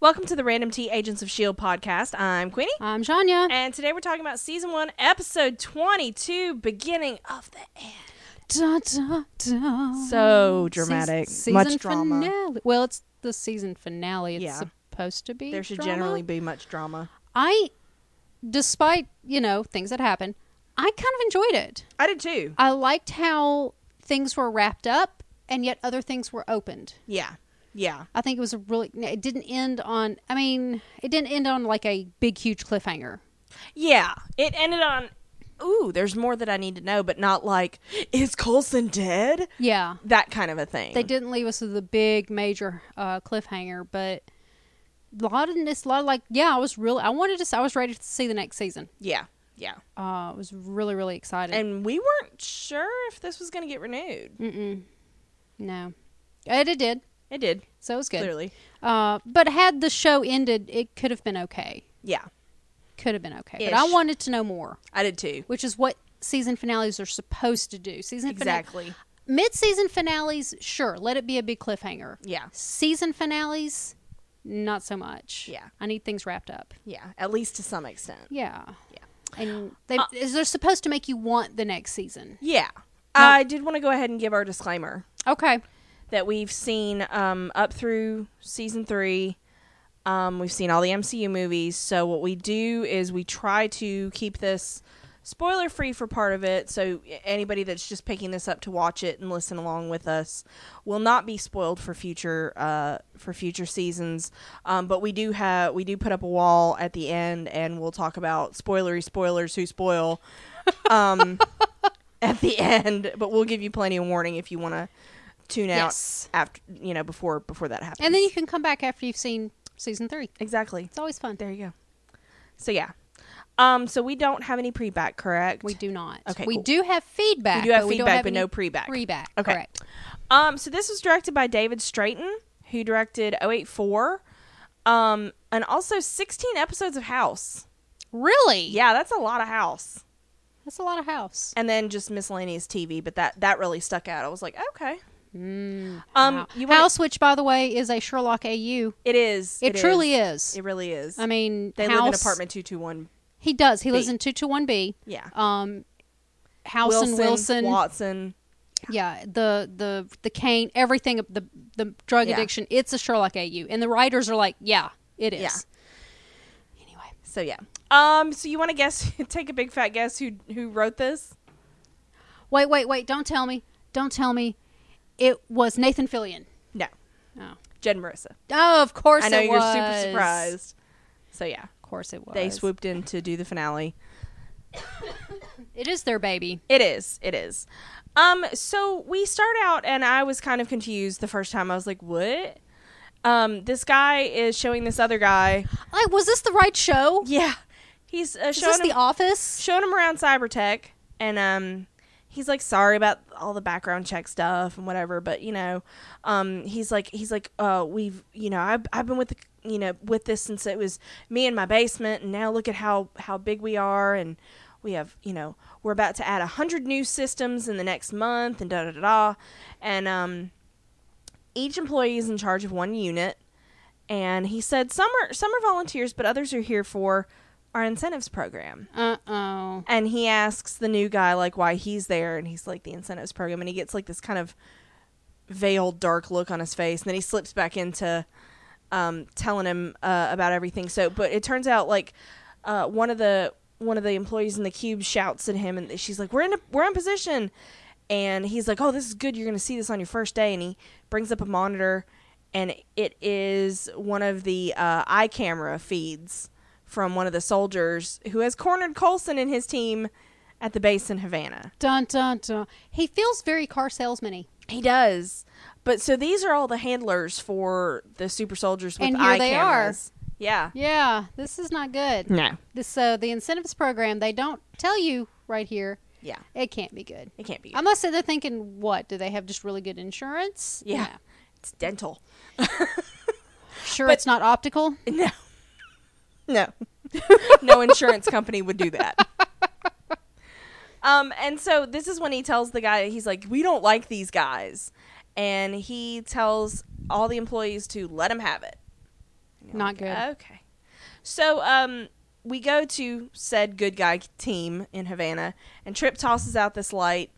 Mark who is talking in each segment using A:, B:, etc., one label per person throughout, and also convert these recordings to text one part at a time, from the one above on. A: Welcome to the Random Tea Agents of S.H.I.E.L.D. E podcast. I'm Queenie.
B: I'm Shania.
A: And today we're talking about season one, episode 22, beginning of the end.
B: Da, da, da.
A: So dramatic.
B: Seas-
A: Much
B: season
A: drama.
B: Finale. Well, it's the season finale. It's
A: Yeah.
B: supposed to be.
A: There should
B: drama.
A: generally be much drama.
B: I, despite you know things that happen, I kind of enjoyed it.
A: I did too.
B: I liked how things were wrapped up and yet other things were opened.
A: Yeah. Yeah.
B: I think it was a really. It didn't end on. I mean, it didn't end on like a big, huge cliffhanger.
A: Yeah. It ended on, ooh, there's more that I need to know, but not like, is Colson dead?
B: Yeah,
A: That kind of a thing.
B: they didn't leave us with a big, major uh, cliffhanger, but a lot of this, a lot of like, yeah, I was really, I wanted to, s- I was ready to see the next season.
A: Yeah. Yeah.
B: Uh, I was really, really excited.
A: And we weren't sure if this was going to get renewed.
B: Mm-mm. No, it, it did,
A: It did,
B: so it was good.
A: clearly.
B: Uh, but had the show ended, it could have been okay.
A: Yeah.
B: Could have been okay. But I
A: Ish.
B: wanted to know more,
A: I did too.
B: which is what season finales are supposed to do. Season finale,
A: Exactly.
B: mid-season finales, sure, let it be a big cliffhanger.
A: Yeah.
B: Season finales, not so much.
A: Yeah.
B: I need things wrapped up.
A: Yeah. At least to some extent.
B: Yeah.
A: Yeah. Uh,
B: And they is they're supposed to make you want the next season.
A: Yeah. I did want to go ahead and give our disclaimer
B: Okay.
A: that we've seen um, up through season three. Um, we've seen all the MCU movies. So, what we do is we try to keep this spoiler free for part of it. So, anybody that's just picking this up to watch it and listen along with us will not be spoiled for future uh, for future seasons. Um, but we do have we do put up a wall at the end, and we'll talk about spoilery spoilers who spoil. Um, at the end, but we'll give you plenty of warning if you want to tune out
B: Yes.
A: after you know before before that happens.
B: And then you can come back after you've seen season three.
A: exactly
B: It's always fun.
A: there you go. So yeah, um, so we don't have any pre back, correct?
B: We do not.
A: Okay,
B: We
A: cool.
B: do have feedback.
A: We do have feedback,
B: but we don't have
A: but
B: any
A: no pre-back.
B: Pre-back.
A: Okay.
B: Correct.
A: Um, so this was directed by David Strayton, who directed 084, um, and also 16 episodes of House.
B: Really?
A: Yeah, that's a lot of House.
B: That's a lot of house.
A: And then just miscellaneous TV, but that that really stuck out. I was like, okay,
B: Mm,
A: Um,
B: wow.
A: you wanna-
B: house, which by the way is a Sherlock AU.
A: it is.
B: It, truly is.
A: It really is.
B: I mean,
A: they
B: house,
A: live in apartment two two one.
B: He does. He lives
A: B.
B: in two two one B.
A: Yeah.
B: Um, House and Wilson.
A: Watson.
B: Yeah, the the the cane, everything, the the drug
A: Yeah.
B: addiction. It's a Sherlock AU, and the writers are like, yeah, it is. Anyway,
A: So yeah. Um. So you want to guess? Take a big fat guess who who wrote this?
B: wait, wait, wait! Don't tell me, don't tell me, it was Nathan Fillion.
A: No,
B: Oh,
A: Jen Marissa.
B: oh of course.
A: I know
B: it
A: you're
B: was.
A: super surprised. So yeah,
B: Of course, it was.
A: they swooped in to do the finale.
B: It is their baby.
A: It is. It is. Um. So we start out, and I was kind of confused the first time. I was like, what? Um. This guy is showing this other guy.
B: Like, was this the right show?
A: Yeah. He's uh,
B: Is
A: showing
B: this
A: him
B: The Office?
A: showing him around Cybertech, and um, he's like sorry about all the background check stuff and whatever, but you know, um, he's like he's like uh, we've you know I've I've been with the you know with this since it was me in my basement, and now look at how how big we are, and we have you know we're about to add a hundred new systems in the next month, and da da da da, and um, each employee is in charge of one unit. And he said some are some are volunteers, but others are here for our incentives program.
B: Uh oh.
A: And he asks the new guy like why he's there, and he's like the incentives program, and he gets like this kind of veiled dark look on his face, and then he slips back into um, telling him uh, about everything. So, but it turns out like uh, one of the one of the employees in the cube shouts at him, and she's like, "We're in a, we're in position," and he's like, "Oh, this is good. You're going to see this on your first day," and he brings up a monitor, and it is one of the uh, eye camera feeds from one of the soldiers who has cornered Colson and his team at the base in Havana.
B: Dun dun dun. He feels very car salesman-y.
A: He does. But so these are all the handlers for the super soldiers with
B: And here
A: eye
B: they are.
A: cameras. Yeah.
B: Yeah, this is not good.
A: No.
B: This, so the incentives program, they don't tell you right here.
A: Yeah.
B: It can't be good.
A: It can't be.
B: Unless they're thinking, what? Do they have just really good insurance?
A: yeah.
B: No.
A: It's dental.
B: Sure,
A: But-
B: it's not optical.
A: No. No. no insurance company would do that. Um, and so this is when he tells the guy, he's like, we don't like these guys. And he tells all the employees to let him have it. And anything.
B: Not
A: like
B: good.
A: That. Okay. So um, we go to said good guy team in Havana, and Trip tosses out this light,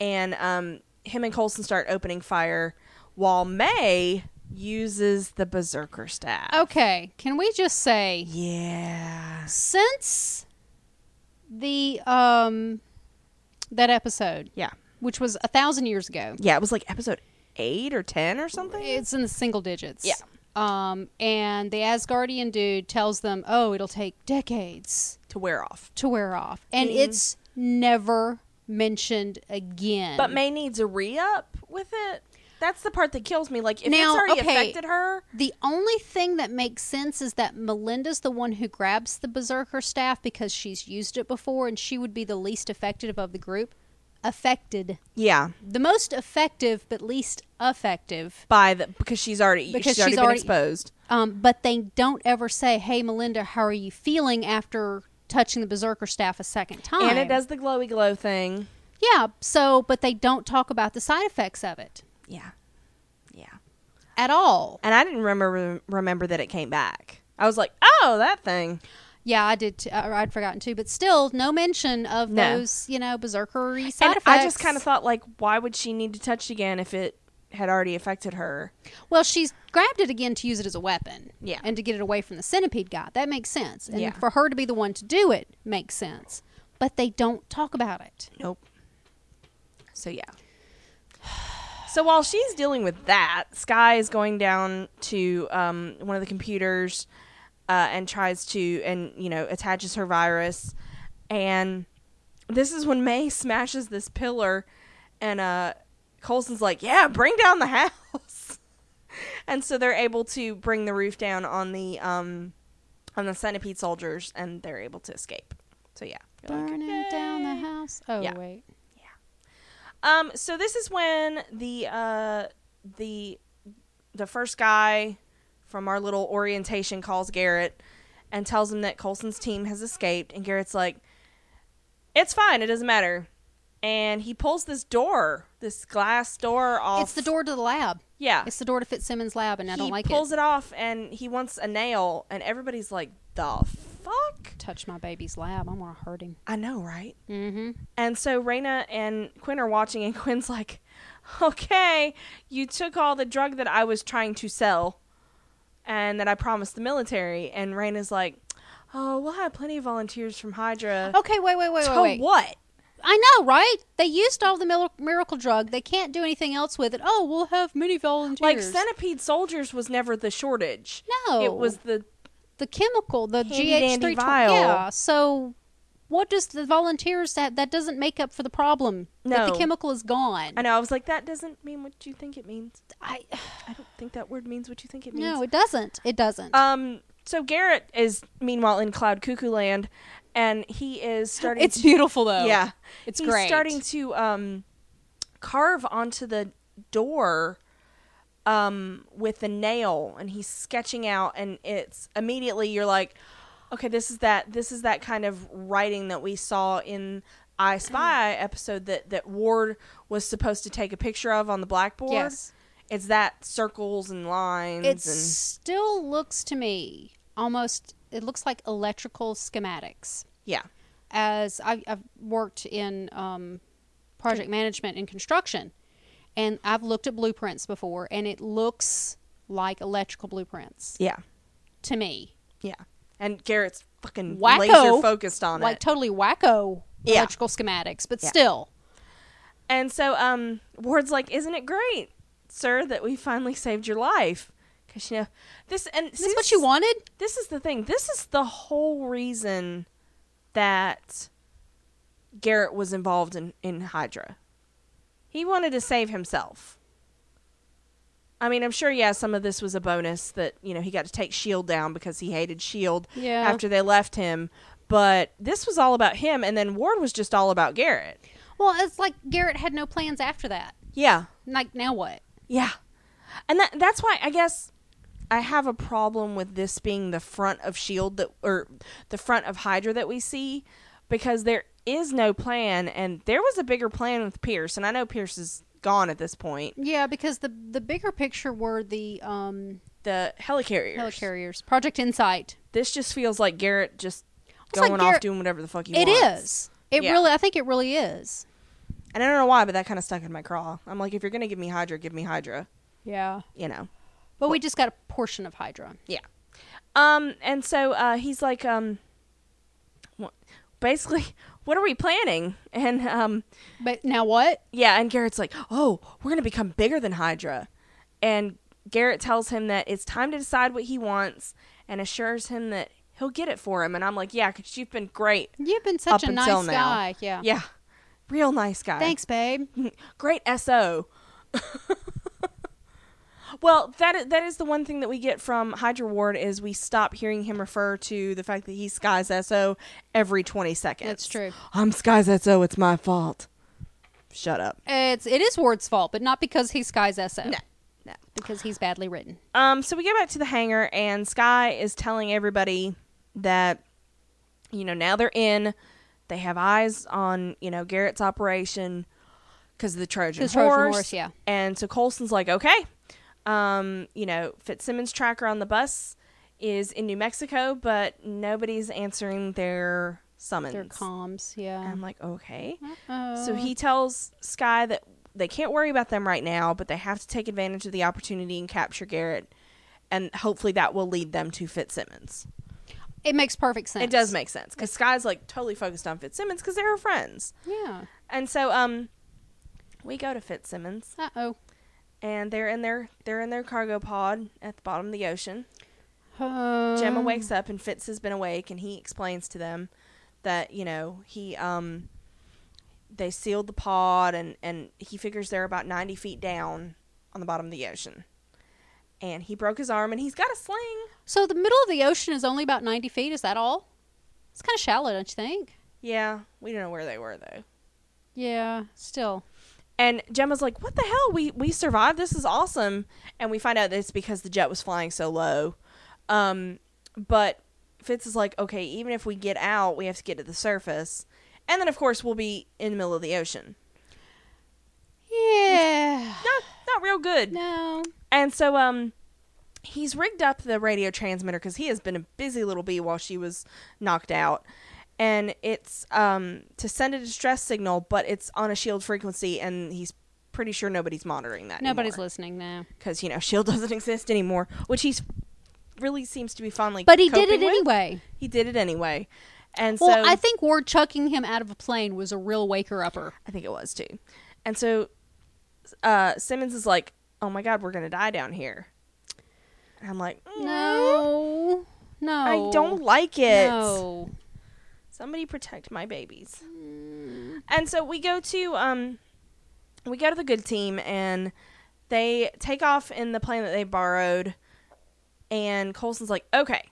A: and um, him and Colson start opening fire, while May uses the berserker staff.
B: Oh. Okay, can we just say
A: Yeah.
B: since the um that episode,
A: Yeah.
B: which was a thousand years ago,
A: Yeah. It was like episode eight or ten or something.
B: it's in the single digits.
A: Yeah.
B: Um, and the Asgardian dude tells them, "Oh, it'll take decades
A: to wear off.
B: to wear off," and
A: Mhm.
B: it's never mentioned again.
A: But May needs a re up with it. That's the part that kills me. Like if
B: Now,
A: it's already
B: okay.
A: affected her.
B: The only thing that makes sense is that Melinda's the one who grabs the Berserker staff because she's used it before and she would be the least effective of the group. Affected.
A: Yeah.
B: The most effective, but least effective.
A: By the because she's already
B: Because
A: she's already
B: she's
A: been
B: already-
A: exposed.
B: Um, but they don't ever say, hey, Melinda, how are you feeling after touching the Berserker staff a second time?
A: And it does the glowy glow thing.
B: Yeah, so, but they don't talk about the side effects of it
A: Yeah. Yeah.
B: at all.
A: And I didn't remember remember that it came back. I was like, "Oh, that thing."
B: Yeah, I did. T- I- I'd forgotten too, but still, no mention of
A: No.
B: those, you know, berserker side
A: and
B: effects.
A: I just kind of thought like, why would she need to touch it again if it had already affected her?
B: Well, she's grabbed it again to use it as a weapon.
A: Yeah.
B: And to get it away from the centipede guy. That makes sense. And
A: Yeah.
B: for her to be the one to do it makes sense. But they don't talk about it.
A: Nope. So yeah. So while she's dealing with that, Sky is going down to um, one of the computers uh, and tries to and you know attaches her virus, and this is when May smashes this pillar, and uh, Colson's like, "Yeah, bring down the house," and so they're able to bring the roof down on the um, on the centipede soldiers, and they're able to escape. So yeah, You're like,
B: Burning down the
A: "Yay."
B: house. Oh,
A: Yeah.
B: wait.
A: Um, so this is when the uh the the first guy from our little orientation calls Garrett and tells him that Colson's team has escaped and Garrett's like it's fine, it doesn't matter. And he pulls this door, this glass door off.
B: It's the door to the lab.
A: Yeah.
B: It's the door to Fitzsimmons' lab, and I don't
A: he
B: like
A: pulls
B: it.
A: it. off and he wants a nail and everybody's like, "The fuck?"
B: Touch my baby's lab. I'm going to hurt him.
A: I know, right?
B: Mm-hmm.
A: And so Raina and Quinn are watching, and Quinn's like, "Okay, you took all the drug that I was trying to sell, and that I promised the military." And Raina's like, "Oh, we'll have plenty of volunteers from Hydra."
B: Okay, wait, wait, wait,
A: so
B: wait, wait.
A: what?
B: I know, right? They used all the mil- miracle drug. They can't do anything else with it. Oh, we'll have many volunteers.
A: Like centipede soldiers was never the shortage.
B: No.
A: It was the
B: the chemical, the
A: Handy dandy
B: GH320.
A: vial.
B: Yeah. So what does the volunteers that that doesn't make up for the problem?
A: No.
B: that the chemical is gone.
A: I know I was like that doesn't mean what you think it means.
B: I,
A: I don't think that word means what you think it means.
B: no, it doesn't. It doesn't.
A: Um. So Garrett is meanwhile in Cloud Cuckoo Land, and he is starting.
B: it's beautiful though.
A: Yeah,
B: Oh, It's
A: He's
B: great.
A: Starting to um, carve onto the door um, with a nail, and he's sketching out, and it's immediately you're like, okay, this is that this is that kind of writing that we saw in I Spy
B: Mm.
A: episode that that Ward was supposed to take a picture of on the blackboard.
B: Yes.
A: It's that circles and lines.
B: It
A: and,
B: still looks to me almost. It looks like electrical schematics.
A: yeah.
B: as I've, I've worked in um, project management and construction, and I've looked at blueprints before, and it looks like electrical blueprints
A: Yeah.
B: to me.
A: Yeah. And Garrett's fucking
B: Wacko.
A: laser focused on
B: like
A: it.
B: totally wacko
A: Yeah.
B: electrical schematics, but
A: Yeah.
B: still,
A: and so um Ward's like, "Isn't it great, sir, that we finally saved your life?" Cuz you know, this and
B: is this what you wanted?
A: This is the thing. This is the whole reason that Garrett was involved in in Hydra. He wanted to save himself. I mean, I'm sure yeah, some of this was a bonus that, you know, he got to take Shield E down because he hated Shield
B: Yeah.
A: E after they left him. But this was all about him, and then Ward was just all about Garrett.
B: Well, it's like Garrett had no plans after that.
A: Yeah,
B: Like now what?
A: yeah, and that that's why I guess I have a problem with this being the front of Shield E that or the front of Hydra that we see because there is no plan, and there was a bigger plan with Pierce, and I know Pierce is gone at this point.
B: Yeah, because the the bigger picture were the um,
A: the helicarriers.
B: Helicarriers. Project Insight.
A: This just feels like Garrett just
B: It's like
A: going off
B: Garrett-
A: doing whatever the fuck he
B: It
A: wants.
B: is. It
A: Yeah.
B: really. I think it really is.
A: And I don't know why, but that kind of stuck in my craw. I'm like, if you're gonna give me Hydra, give me Hydra.
B: Yeah.
A: You know.
B: But we just got a portion of Hydra.
A: Yeah. Um, and so uh, he's like, um, wha- basically, what are we planning? And um,
B: But now what?
A: yeah, and Garrett's like, oh, we're gonna become bigger than Hydra. And Garrett tells him that it's time to decide what he wants, and assures him that he'll get it for him. And I'm like, yeah, because you've been great.
B: You've been
A: Up
B: such a nice
A: until now.
B: guy. Yeah.
A: Yeah, real nice guy.
B: Thanks, babe.
A: great SO. well, that is, that is the one thing that we get from Hydra Ward is we stop hearing him refer to the fact that he's Sky's SO every 20 seconds.
B: That's true.
A: I'm Sky's SO, it's my fault. Shut up.
B: It's it is Ward's fault, but not because he's Sky's SO.
A: No. No.
B: Because he's badly written.
A: Um, so we go back to the hangar, and Sky is telling everybody that, you know, now they're in. They have eyes on, you know, Garrett's operation because of the Trojan,
B: The Trojan horse, yeah.
A: And so Colson's like, okay, um, you know, Fitzsimmons' tracker on the bus is in New Mexico, but nobody's answering their summons.
B: They're comms. Yeah.
A: I'm like, okay.
B: Uh,
A: Um, So he tells Sky that they can't worry about them right now, but they have to take advantage of the opportunity and capture Garrett, and hopefully that will lead them to Fitzsimmons.
B: it makes perfect sense.
A: It does make sense because Sky's like totally focused on Fitzsimmons because they're friends,
B: Yeah.
A: and so um, we go to Fitzsimmons,
B: Uh oh.
A: and they're in their they're in their cargo pod at the bottom of the ocean.
B: Um,
A: Gemma wakes up and Fitz has been awake, and he explains to them that you know he um they sealed the pod, and and he figures they're about ninety feet down on the bottom of the ocean, and he broke his arm, and he's got a sling.
B: So the middle of the ocean is only about 90 feet. Is that all? It's kind of shallow, don't you think?
A: Yeah, we don't know where they were though.
B: Yeah, still.
A: And Gemma's like, "What the hell? We we survived. This is awesome." And we find out that it's because the jet was flying so low. Um, but Fitz is like, "Okay, even if we get out, we have to get to the surface." And then, of course, we'll be in the middle of the ocean.
B: Yeah.
A: not not real good.
B: No.
A: And so um he's rigged up the radio transmitter cuz he has been a busy little bee while she was knocked out. And it's um to send a distress signal, but it's on a shield frequency and he's pretty sure nobody's monitoring that.
B: Nobody's listening now.
A: cuz you know, shield doesn't exist anymore, which he's really seems to be fondly
B: But he did
A: coping
B: it
A: with.
B: anyway.
A: He did it anyway. And
B: well,
A: so
B: I think Ward chucking him out of a plane was a real waker upper.
A: I think it was too. And so uh, Simmons is like, "Oh my God, we're gonna die down here." And I'm like, "Mm,
B: No. No.
A: "I don't like it.
B: No.
A: Somebody protect my babies."
B: Mm.
A: And so we go to um, we go to the good team, and they take off in the plane that they borrowed. And Colson's like, "Okay,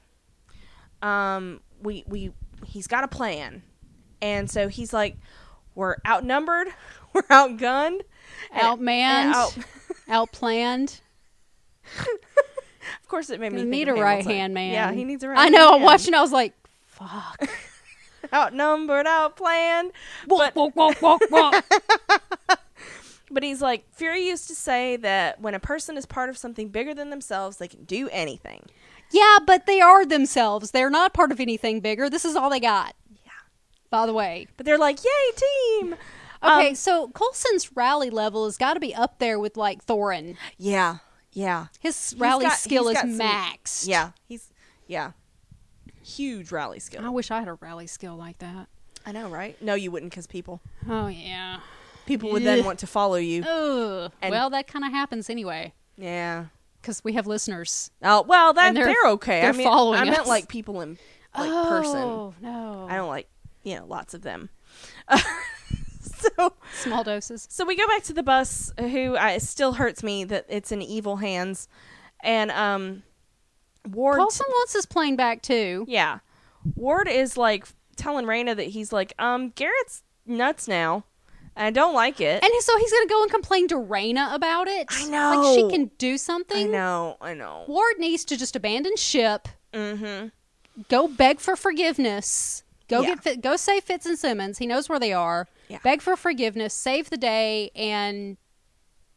A: um, we we he's got a plan," and so he's like, "We're outnumbered, we're outgunned, and-
B: Outmanned.
A: and out-
B: Outplanned.
A: Of course, it made me
B: You
A: think
B: need a
A: of
B: right
A: Hamilton.
B: hand man.
A: Yeah, he needs a right.
B: I know.
A: hand
B: I'm
A: man.
B: watching. I was like, fuck.
A: outnumbered, outplanned. But
B: Wonk, wonk, wonk, wonk.
A: but he's like Fury used to say that when a person is part of something bigger than themselves, they can do anything.
B: yeah, but they are themselves. They're not part of anything bigger. This is all they got.
A: Yeah.
B: By the way.
A: But they're like, yay, team.
B: Okay,
A: Um,
B: so Colson's rally level has got to be up there with like Thorin.
A: yeah, yeah,
B: His rally
A: got-
B: skill
A: he's
B: is
A: got some-
B: maxed.
A: yeah. He's yeah, huge rally
B: I
A: skill.
B: wish I had a rally skill like that.
A: I know, right? No, you wouldn't, because people
B: Oh yeah.
A: people would then
B: Ugh.
A: want to follow you.
B: Ugh.
A: And-
B: well, that kind of happens anyway
A: Yeah.
B: because we have listeners.
A: Oh well, that
B: And
A: they're,
B: they're-
A: okay. I
B: they're
A: mean,
B: following
A: I meant
B: us.
A: like people in like person.
B: Oh no.
A: I don't like you know lots of them. so
B: Small doses.
A: so we go back to the bus. uh, Who I, it still hurts me that it's in evil hands, and um Ward.
B: Colson wants his plane back too.
A: yeah, Ward is like telling Raina that he's like um Garrett's nuts now. and I don't like it.
B: And so he's gonna go and complain to Raina about it.
A: I
B: Like
A: know.
B: she can do
A: I
B: something.
A: know. I know.
B: Ward needs to just abandon ship.
A: Mm-hmm.
B: go beg for forgiveness. Go
A: Yeah.
B: get fit, go save Fitz and Simmons. He knows where they are.
A: Yeah.
B: Beg for forgiveness, save the day, and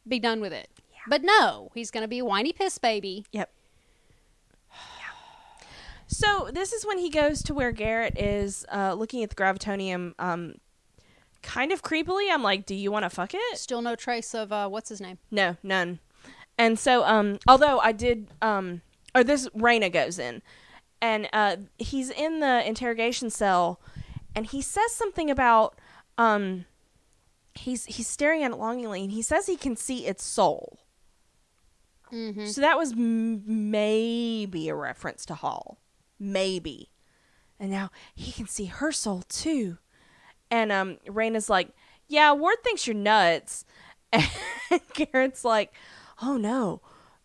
B: be done with it. But no, he's going to be a whiny piss baby
A: Yep. So this is when he goes to where Garrett is uh, looking at the gravitonium, um, kind of creepily. I'm like, "Do you want to fuck it?"
B: Still no trace of uh, what's his name.
A: No, none. And so, um, although I did, um, or this Raina goes in, and uh, he's in the interrogation cell, and he says something about, um, he's he's staring at it longingly, and he says he can see its soul.
B: Mm-hmm.
A: So that was m- maybe a reference to Hall. Maybe. And now he can see her soul too. And um Raina's like, "Yeah, Ward thinks you're nuts." And Garrett's like, "Oh no.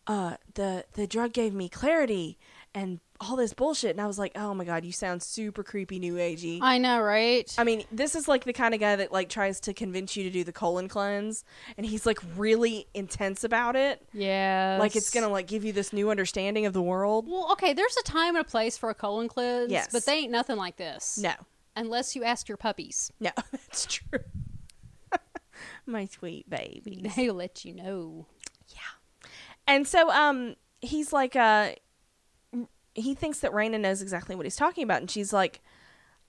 A: Uh the the drug gave me clarity and all this bullshit." And I was like, "Oh my god, you sound super creepy new agey."
B: I know, right?
A: I mean, this is like the kind of guy that like tries to convince you to do the colon cleanse and he's like really intense about it
B: yeah.
A: like it's gonna like give you this new understanding of the world
B: Well, okay. There's a time and a place for a colon cleanse.
A: Yes.
B: But they ain't nothing like this.
A: no
B: Unless you ask your puppies,
A: no that's true my sweet baby
B: they'll let you know.
A: and so um he's like uh he thinks that Raina knows exactly what he's talking about and she's like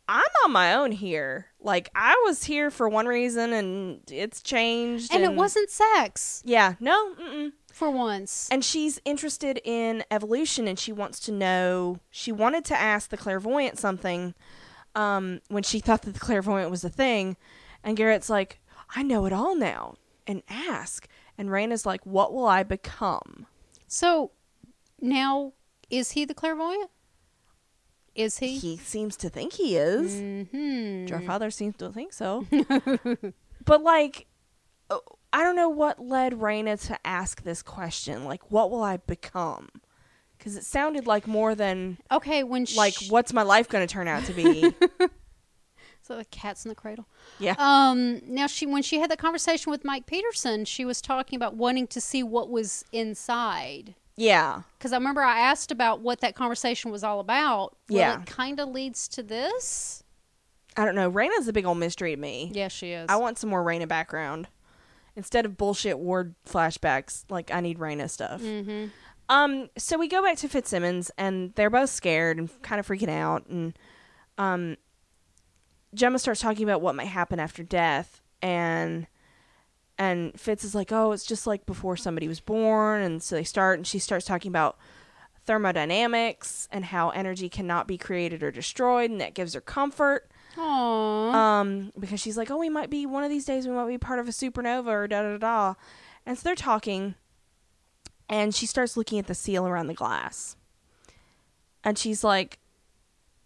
A: I'm on my own here. Like I was here for one reason and it's changed
B: And it wasn't sex
A: Yeah, no. Mm-mm.
B: for once.
A: And she's interested in evolution and she wants to know. She wanted to ask the clairvoyant something um, when she thought that the clairvoyant was a thing. And Garrett's like, I know it all now. And ask. And Raina's like, What will I become?
B: So now, is he the clairvoyant? Is he?
A: He seems to think he is.
B: Mm-hmm.
A: Your father seems to think so. but like, oh, I don't know what led Raina to ask this question. Like, what will I become? Because it sounded like more than
B: Okay, when she,
A: like, what's my life going to turn out to be?
B: so the cat's in the cradle.
A: yeah.
B: Um, now she when she had that conversation with Mike Peterson, she was talking about wanting to see what was inside.
A: yeah.
B: Because I remember I asked about what that conversation was all about. Well,
A: Yeah.
B: it kind of leads to this.
A: I don't know. Raina's a big old mystery to me.
B: Yeah, she is.
A: I want some more Raina background. Instead of bullshit ward flashbacks, like I need Raina stuff.
B: Mhm.
A: Um, so we go back to Fitzsimmons and they're both scared and kind of freaking out and um Gemma starts talking about what might happen after death and and Fitz is like, "Oh, it's just like before somebody was born." And so they start and she starts talking about thermodynamics and how energy cannot be created or destroyed and that gives her comfort
B: Aww.
A: um, because she's like, oh, we might be one of these days, we might be part of a supernova or da da da da. And so they're talking, and she starts looking at the seal around the glass. And she's like,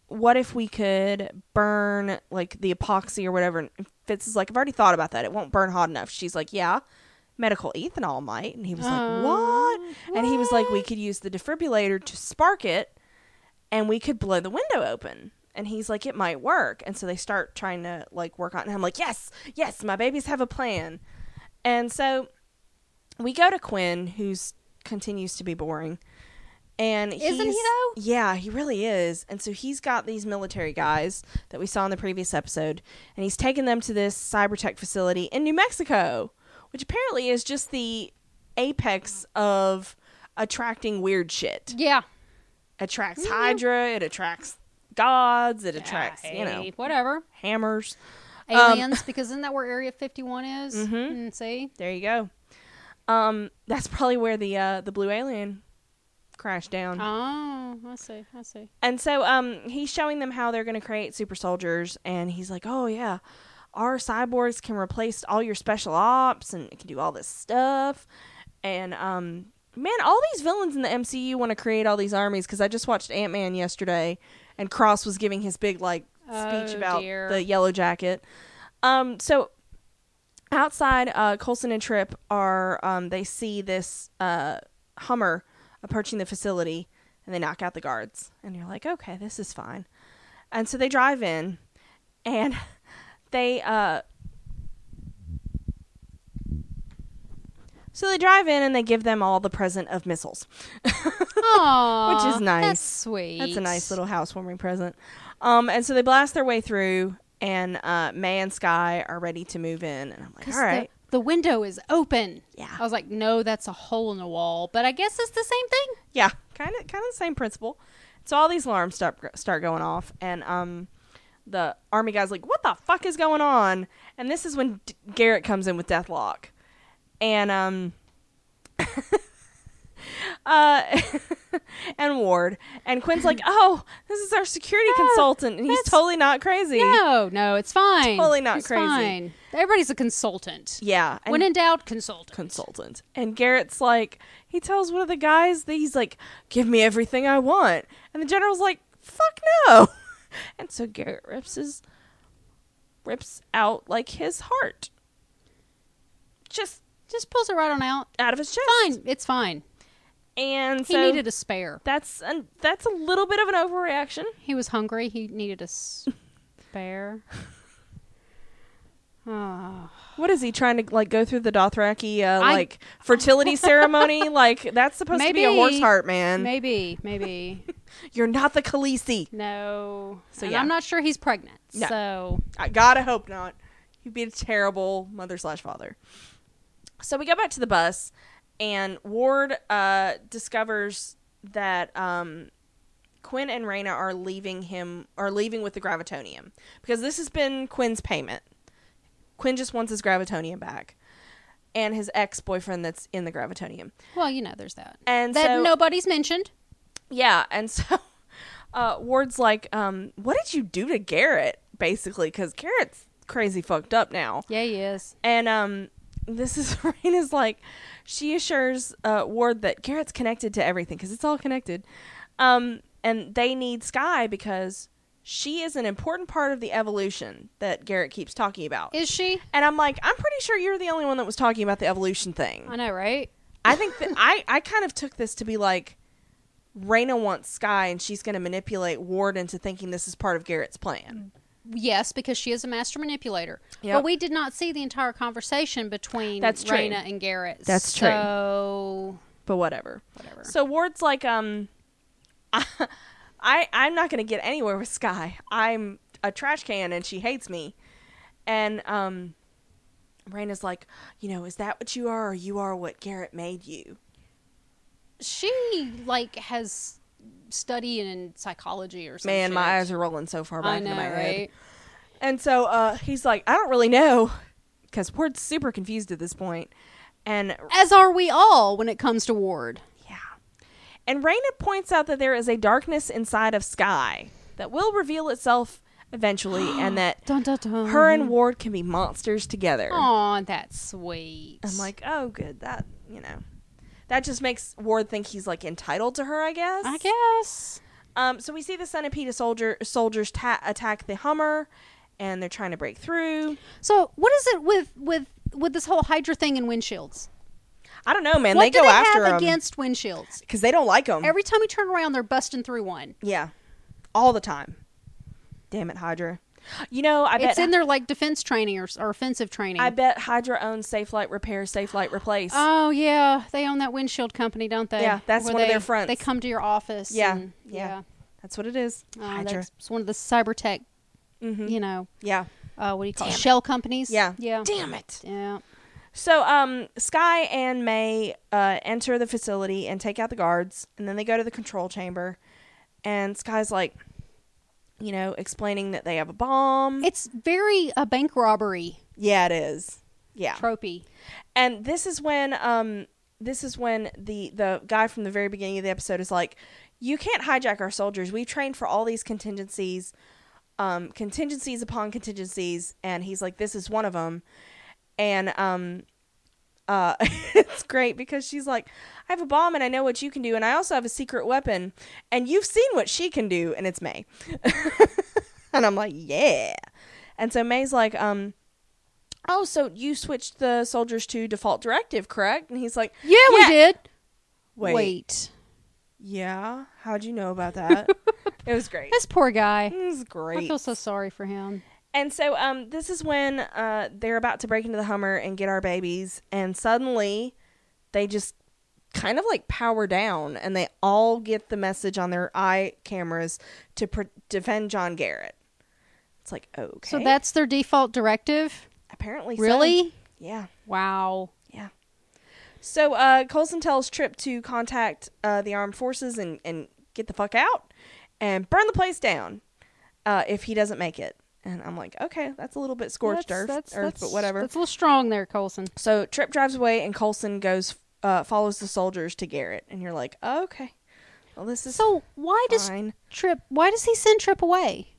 A: what if we could burn like the epoxy or whatever? And Fitz is like, I've already thought about that. It won't burn hot enough. She's like, yeah. Medical ethanol might. And he was like,
B: Uh,
A: what? And he was like, we could use the defibrillator to spark it and we could blow the window open. And he's like, it might work. And so they start trying to like work on it. And I'm like, yes, yes, my babies have a plan. And so we go to Quinn, who's continues to be boring. And
B: Isn't he,
A: he's-
B: though?
A: Yeah, he really is. And so he's got these military guys that we saw in the previous episode, and he's taken them to this cybertech facility in New Mexico, which apparently is just the apex of attracting weird shit
B: yeah.
A: attracts Hydra, it attracts gods, it attracts,
B: Hey,
A: you know,
B: whatever
A: hammers. Um, Mm-hmm.
B: aliens because isn't that where Area Fifty One is? Mm, see,
A: There you go. Um that's probably where the uh the blue alien crashed down.
B: oh, I see, I see.
A: And so um he's showing them how they're going to create super soldiers and he's like, "Oh yeah, our cyborgs can replace all your special ops and it can do all this stuff." And um man, all these villains in the MCU want to create all these armies cuz I just watched Ant-Man yesterday and Cross was giving his big like speech
B: Oh,
A: about
B: dear.
A: the yellow jacket. Um so outside uh Colson and Trip are um they see this uh Hummer approaching the facility and they knock out the guards and you're like, "Okay, this is fine." And so they drive in and they uh So they drive in and they give them all the present of missiles.
B: Aww,
A: nice.
B: That's sweet.
A: That's a nice little housewarming present. Um, and so they blast their way through, and uh, May and Sky are ready to move in. And I'm like,
B: 'Cause
A: all right.
B: The, the window is open.
A: Yeah.
B: I was like, no, that's a hole in the wall. But I guess it's the same thing.
A: Yeah, kind of, kind of the same principle. So all these alarms start start going off, and um, the army guy's like, "What the fuck is going on?" And this is when D- Garrett comes in with Deathlock, and um, uh, and Ward, and Quinn's like, "Oh, this is our security
B: Yeah,
A: consultant, and he's
B: that's-
A: totally not crazy."
B: No, no, it's fine.
A: Totally not
B: It's
A: crazy.
B: Fine. Everybody's a consultant.
A: Yeah, and-
B: when in doubt, consultant.
A: consultant. And Garrett's like, he tells one of the guys that he's like, give me everything I want. And the general's like, fuck no. And so Garrett rips his, rips out like his heart. Just
B: Just pulls it right on out.
A: out of his chest.
B: Fine, it's fine.
A: And
B: He
A: so
B: needed a spare.
A: that's, an, that's a little bit of an overreaction.
B: He was hungry. He needed a spare. oh.
A: What is he trying to like go through the Dothraki, uh,
B: I-
A: like fertility ceremony? Like that's supposed to be a horse
B: Maybe.
A: heart, man.
B: Maybe, maybe.
A: You're not the Khaleesi.
B: No.
A: So,
B: So and
A: yeah.
B: I'm not sure he's pregnant.
A: No.
B: So
A: I gotta hope not. You'd be a terrible mother slash father. So we go back to the bus, and Ward uh, discovers that um, Quinn and Raina are leaving him, are leaving with the gravitonium because this has been Quinn's payment. Quinn just wants his gravitonium back, and his ex boyfriend that's in the gravitonium.
B: well, you know, there's that.
A: And
B: that
A: so,
B: nobody's mentioned.
A: yeah, and so uh, Ward's like, um, "What did you do to Garrett?" Basically, because Garrett's crazy fucked up now.
B: Yeah, he is.
A: And um, this is Raina's like, she assures uh, Ward that Garrett's connected to everything because it's all connected. Um, and they need Sky because she is an important part of the evolution that Garrett keeps talking about.
B: Is she?
A: and I'm like, I'm pretty sure you're the only one that was talking about the evolution thing.
B: I know, right?
A: I think that I, I kind of took this to be like, Raina wants Sky and she's going to manipulate Ward into thinking this is part of Garrett's plan.
B: Yes, because she is a master manipulator.
A: Yep.
B: But we did not see the entire conversation between
A: That's true.
B: Raina and Garrett.
A: That's true.
B: So
A: But whatever.
B: whatever.
A: So Ward's like, um, I, I'm not gonna get anywhere with Sky. I'm a trash can, and she hates me. And um, Raina's like, you know, is that what you are, or you are what Garrett made you?
B: she like has studied in psychology or something.
A: Man, my eyes are rolling so far back
B: I know,
A: into my head.
B: right?
A: And so uh, he's like, I don't really know, because Ward's super confused at this point. And
B: As are we all when it comes to Ward.
A: Yeah. And Raina points out that there is a darkness inside of Sky that will reveal itself eventually and that
B: Dun dun dun.
A: her and Ward can be monsters together.
B: Aw, that's sweet.
A: I'm like, oh, good. That, you know, that just makes Ward think he's like entitled to her, I guess.
B: I guess.
A: Um, so we see the centipede of soldier, soldiers ta- attack the Hummer and they're trying to break through.
B: So what is it with with with this whole Hydra thing and windshields?
A: I don't know, man.
B: what
A: they
B: do
A: go
B: they
A: after
B: have
A: him
B: against windshields?
A: because they don't like him.
B: Every time we turn around, they're busting through one.
A: yeah. All the time. Damn it, Hydra. You know, I bet
B: It's in their like defense training or, or offensive training.
A: I bet Hydra owns Safe Light Repair, Safe Light Replace.
B: oh yeah, they own that windshield company, don't they?
A: Yeah, that's
B: Where
A: one of
B: they-
A: their fronts.
B: They come to your office.
A: Yeah,
B: and-
A: yeah. That's what it is.
B: yeah. Uh,
A: Hydra.
B: that's it's one of the cyber tech.
A: Mhm.
B: You know,
A: Yeah.
B: uh, what do you call it?
A: Damn it.
B: shell companies?
A: Yeah.
B: yeah,
A: Damn it.
B: yeah.
A: So, um, Sky and May uh, enter the facility and take out the guards, and then they go to the control chamber. And Sky's like, you know, explaining that they have a bomb.
B: It's very a bank robbery
A: yeah, it is. Yeah.
B: tropey.
A: and this is when um this is when the the guy from the very beginning of the episode is like you can't hijack our soldiers we trained for all these contingencies um contingencies upon contingencies and he's like this is one of them and um uh it's great because she's like i have a bomb and i know what you can do and i also have a secret weapon and you've seen what she can do and it's may and i'm like yeah and so may's like um oh, so you switched the soldiers to default directive, correct? And he's like,
B: Yeah, we
A: Yeah.
B: did.
A: wait,
B: Wait.
A: yeah, how'd you know about that? it was great.
B: This poor guy.
A: It was
B: I
A: great.
B: feel so sorry for him.
A: And so, um, this is when uh, they're about to break into the Hummer and get our babies, and suddenly they just kind of like power down, and they all get the message on their eye cameras to pr- defend John Garrett. It's like okay,
B: So that's their default directive?
A: apparently so.
B: Really?
A: yeah.
B: Wow.
A: Yeah. So uh, Colson tells Trip to contact uh, the armed forces and, and get the fuck out. and burn the place down uh, if he doesn't make it. And I'm like, okay, that's a little bit scorched
B: That's-
A: earth,
B: that's-
A: earth
B: that's-
A: but whatever.
B: That's a little strong there, Colson.
A: So Trip drives away, and Colson goes uh, follows the soldiers to Garrett, and you're like, oh, okay, well this is
B: So why does
A: fine.
B: Trip? Why does he send Trip away?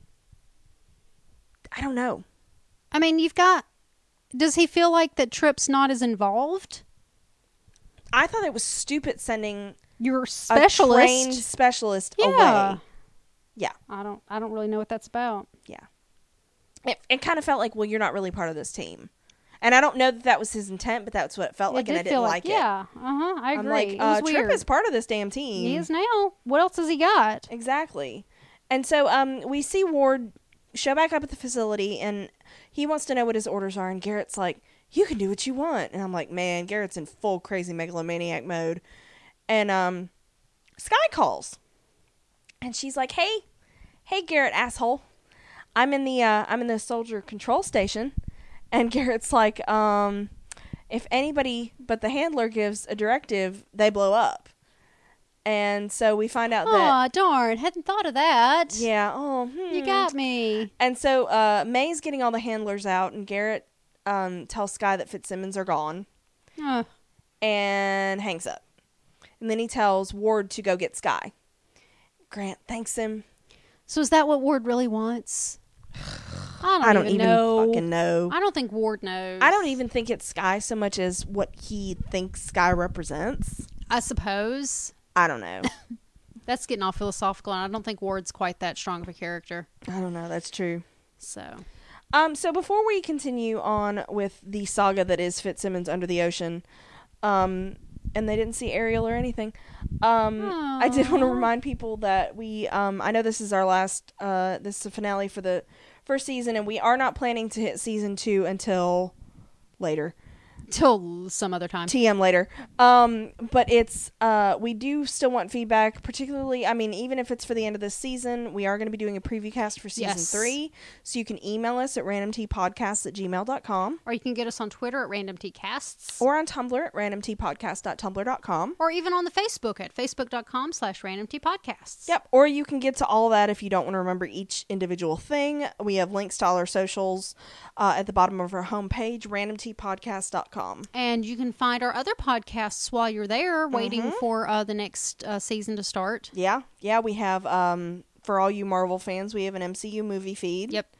A: I don't know.
B: I mean, you've got. Does he feel like that Trip's not as involved?
A: I thought it was stupid sending
B: You're a
A: a trained
B: specialist.
A: specialist
B: yeah.
A: away. Yeah.
B: I don't. I don't really know what that's about.
A: It, it kind of felt like, well, you're not really part of this team, and I don't know that that was his intent, but that's what it felt
B: It
A: like, and I didn't
B: feel
A: like, it.
B: Yeah. Uh huh. I
A: I'm
B: agree.
A: like,
B: it
A: uh,
B: was
A: Trip
B: weird.
A: is part of this damn team.
B: he is now. What else has he got?
A: Exactly. And so um, we see Ward show back up at the facility, and he wants to know what his orders are. And Garrett's like, "You can do what you want," and I'm like, "Man, Garrett's in full crazy megalomaniac mode." And um, Sky calls, and she's like, "Hey, hey, Garrett, asshole, I'm in the uh, I'm in the soldier control station," and Garrett's like, um, "If anybody but the handler gives a directive, they blow up." And so we find out that
B: Aw, darn! Hadn't thought of that.
A: yeah. Oh, hmm.
B: You got me.
A: And so uh, May's getting all the handlers out, and Garrett um, tells Sky that Fitzsimmons are gone
B: Ugh.
A: and hangs up. And then he tells Ward to go get Sky. Grant thanks him.
B: So is that what Ward really wants? I don't,
A: I don't
B: even,
A: even,
B: know.
A: fucking know.
B: I don't think Ward knows.
A: I don't even think it's Sky so much as what he thinks Sky represents.
B: I suppose
A: I don't know.
B: that's getting all philosophical, and I don't think Ward's quite that strong of a character.
A: I don't know. That's true.
B: So
A: Um, so before we continue on with the saga that is Fitzsimmons under the ocean, um, and they didn't see Ariel or anything, um, I did want to
B: Aw.
A: remind people that we, um, I know this is our last, uh, this is the finale for the first season, and we are not planning to hit season two until later,
B: till some other time.
A: TM later. Um, but it's, uh, we do still want feedback, particularly, I mean, even if it's for the end of this season, we are going to be doing a preview cast for season
B: Yes.
A: three. So you can email us at randomtpodcasts at gmail.com.
B: or you can get us on Twitter at randomtcasts, or,
A: or on Tumblr at randomtpodcast.tumblr.com.
B: or even on the Facebook at facebook.com slash randomtpodcasts.
A: Yep, or you can get to all that if you don't want to remember each individual thing. We have links to all our socials uh, at the bottom of our homepage, randomtpodcast.com.
B: And you can find our other podcasts while you're there, waiting
A: Mm-hmm.
B: for uh, the next uh, season to start.
A: Yeah, yeah, we have, um, for all you Marvel fans, we have an MCU movie feed.
B: Yep.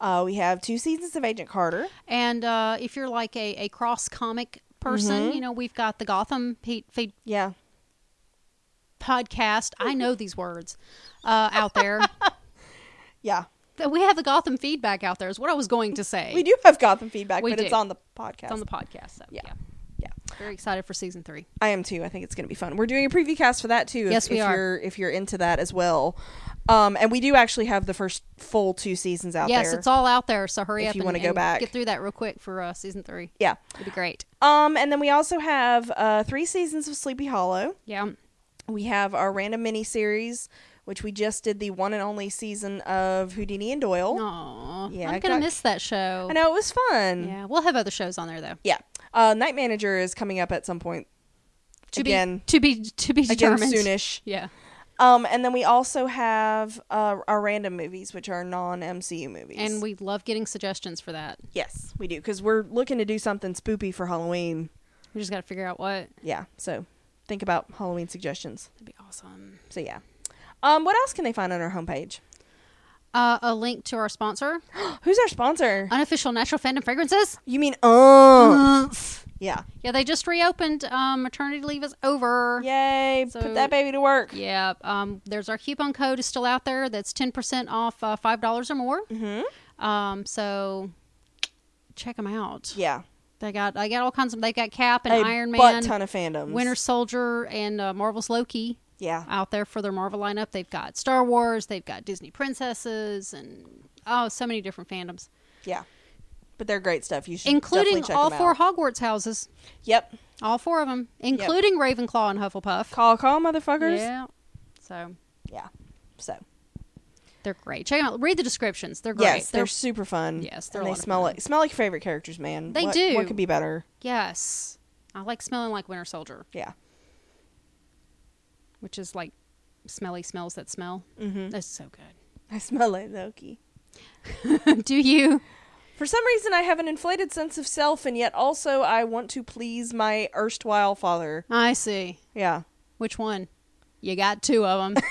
A: Uh, we have two seasons of Agent Carter.
B: And uh, if you're like a, a cross comic person,
A: Mm-hmm.
B: you know, we've got the Gotham Pete Feed
A: Yeah.
B: podcast. I know these words uh, out there.
A: Yeah.
B: That we have the Gotham feedback out there is what I was going to say.
A: We do have Gotham feedback,
B: We
A: but it's
B: do.
A: on the podcast.
B: It's on the podcast. So, yeah.
A: Yeah. Yeah.
B: Very excited for season three.
A: I am too. I think it's going to be fun. We're doing a preview cast for that too. If,
B: Yes, we
A: if
B: are.
A: You're, if you're into that as well, um, and we do actually have the first full two seasons out
B: yes,
A: there.
B: it's all out there. So hurry
A: If
B: up
A: you
B: and,
A: wanna go
B: and
A: back.
B: get through that real quick for uh, season three.
A: yeah.
B: It'd be great.
A: Um, and then we also have uh, three seasons of Sleepy Hollow.
B: Yeah.
A: We have our random mini series, which we just did the one and only season of Houdini and Doyle.
B: Aw.
A: Yeah, I
B: I'm going
A: got-
B: to miss that show.
A: I know it was fun.
B: Yeah. We'll have other shows on there, though.
A: Yeah. Uh, Night Manager is coming up at some point.
B: To
A: again,
B: be to be to be
A: again
B: determined.
A: soonish.
B: Yeah.
A: Um, and then we also have uh, our random movies, which are non MCU movies.
B: And we love getting suggestions for that.
A: Yes, we do because we're looking to do something spoopy for Halloween.
B: We just got to figure out what.
A: Yeah, so think about Halloween suggestions.
B: That'd be awesome.
A: So yeah, um, what else can they find on our homepage?
B: Uh, a link to our sponsor,
A: Who's our sponsor?
B: unofficial natural fandom fragrances.
A: You mean um? Yeah,
B: Yeah, they just reopened. Um, maternity leave is over.
A: yay!
B: uh, So-
A: put that baby to work.
B: Yeah, um, there's our coupon code is still out there. That's ten percent off uh, five dollars or more.
A: Mm-hmm.
B: Um, so check them out.
A: Yeah,
B: They got they got all kinds of. They've got Cap and
A: a
B: Iron
A: butt
B: Man,
A: ton of fandoms.
B: Winter Soldier, and uh, Marvel's Loki
A: Yeah,
B: out there for their Marvel lineup. They've got Star Wars. They've got Disney princesses, and oh, so many different fandoms,
A: yeah, but they're great stuff. You should
B: including
A: definitely check
B: all
A: them
B: four
A: Out.
B: Hogwarts houses.
A: Yep,
B: All four of them, including Ravenclaw and Hufflepuff.
A: call call motherfuckers. Yeah.
B: Yeah. So
A: So
B: they're great. Check 'em out. Read the descriptions. They're great.
A: yes, they're,
B: They're-
A: super fun.
B: Yes, they're
A: and they
B: a lot of
A: smell
B: fun.
A: like smell like your favorite characters, man.
B: They
A: What-
B: do.
A: What could be better?
B: yes. I like smelling like Winter Soldier,
A: Yeah.
B: which is like smelly smells that smell. Mm-hmm. That's so good.
A: I smell like Loki.
B: Do you?
A: For some reason, I have an inflated sense of self, and yet also I want to please my erstwhile father.
B: I see.
A: Yeah.
B: Which one? You got two of them.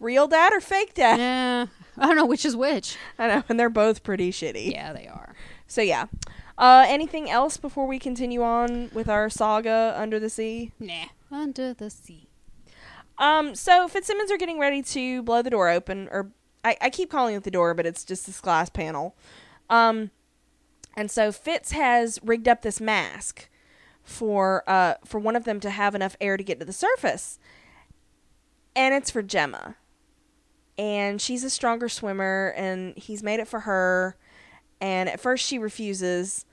A: Real dad or fake dad?
B: yeah. I don't know which is which.
A: I know, and they're both pretty shitty.
B: Yeah, they are.
A: So, yeah. Uh, anything else before we continue on with our saga under the sea?
B: Nah. Under the sea.
A: Um, so Fitzsimmons are getting ready to blow the door open, or I, I keep calling it the door, but it's just this glass panel. Um, and so Fitz has rigged up this mask for uh for one of them to have enough air to get to the surface, and it's for Gemma, and she's a stronger swimmer, and he's made it for her, and at first she refuses.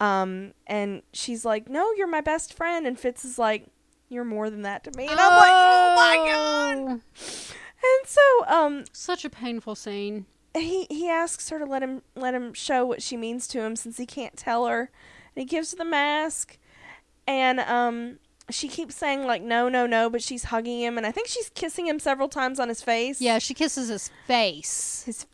A: Um, and she's like, "No, you're my best friend," and Fitz is like, "You're more than that to me," and I'm like, "Oh my god!"
B: Oh,
A: And so, um,
B: Such a painful scene.
A: he he asks her to let him let him show what she means to him since he can't tell her, and he gives her the mask, and um, she keeps saying like no no no, but she's hugging him, and I think she's kissing him several times on his face.
B: Yeah, she kisses his face.
A: his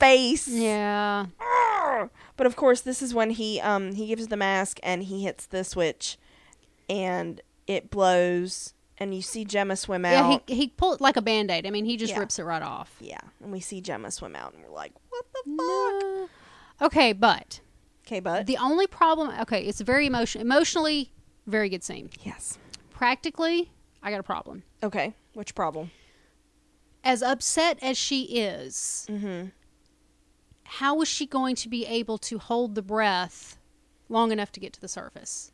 A: face.
B: Yeah.
A: Arr! But of course, this is when he um he gives the mask and he hits the switch, and it blows, and you see Gemma swim out.
B: Yeah, he, he pulled like a band aid. I mean, he just
A: Yeah.
B: rips it right off.
A: Yeah, and we see Gemma swim out, and we're like, what the fuck?
B: No. Okay, but
A: Okay, but
B: the only problem, okay, it's very emotional. Emotionally, very good scene.
A: yes.
B: Practically, I got a problem.
A: Okay, which problem?
B: As upset as she is,
A: Mm-hmm.
B: how is she going to be able to hold the breath long enough to get to the surface?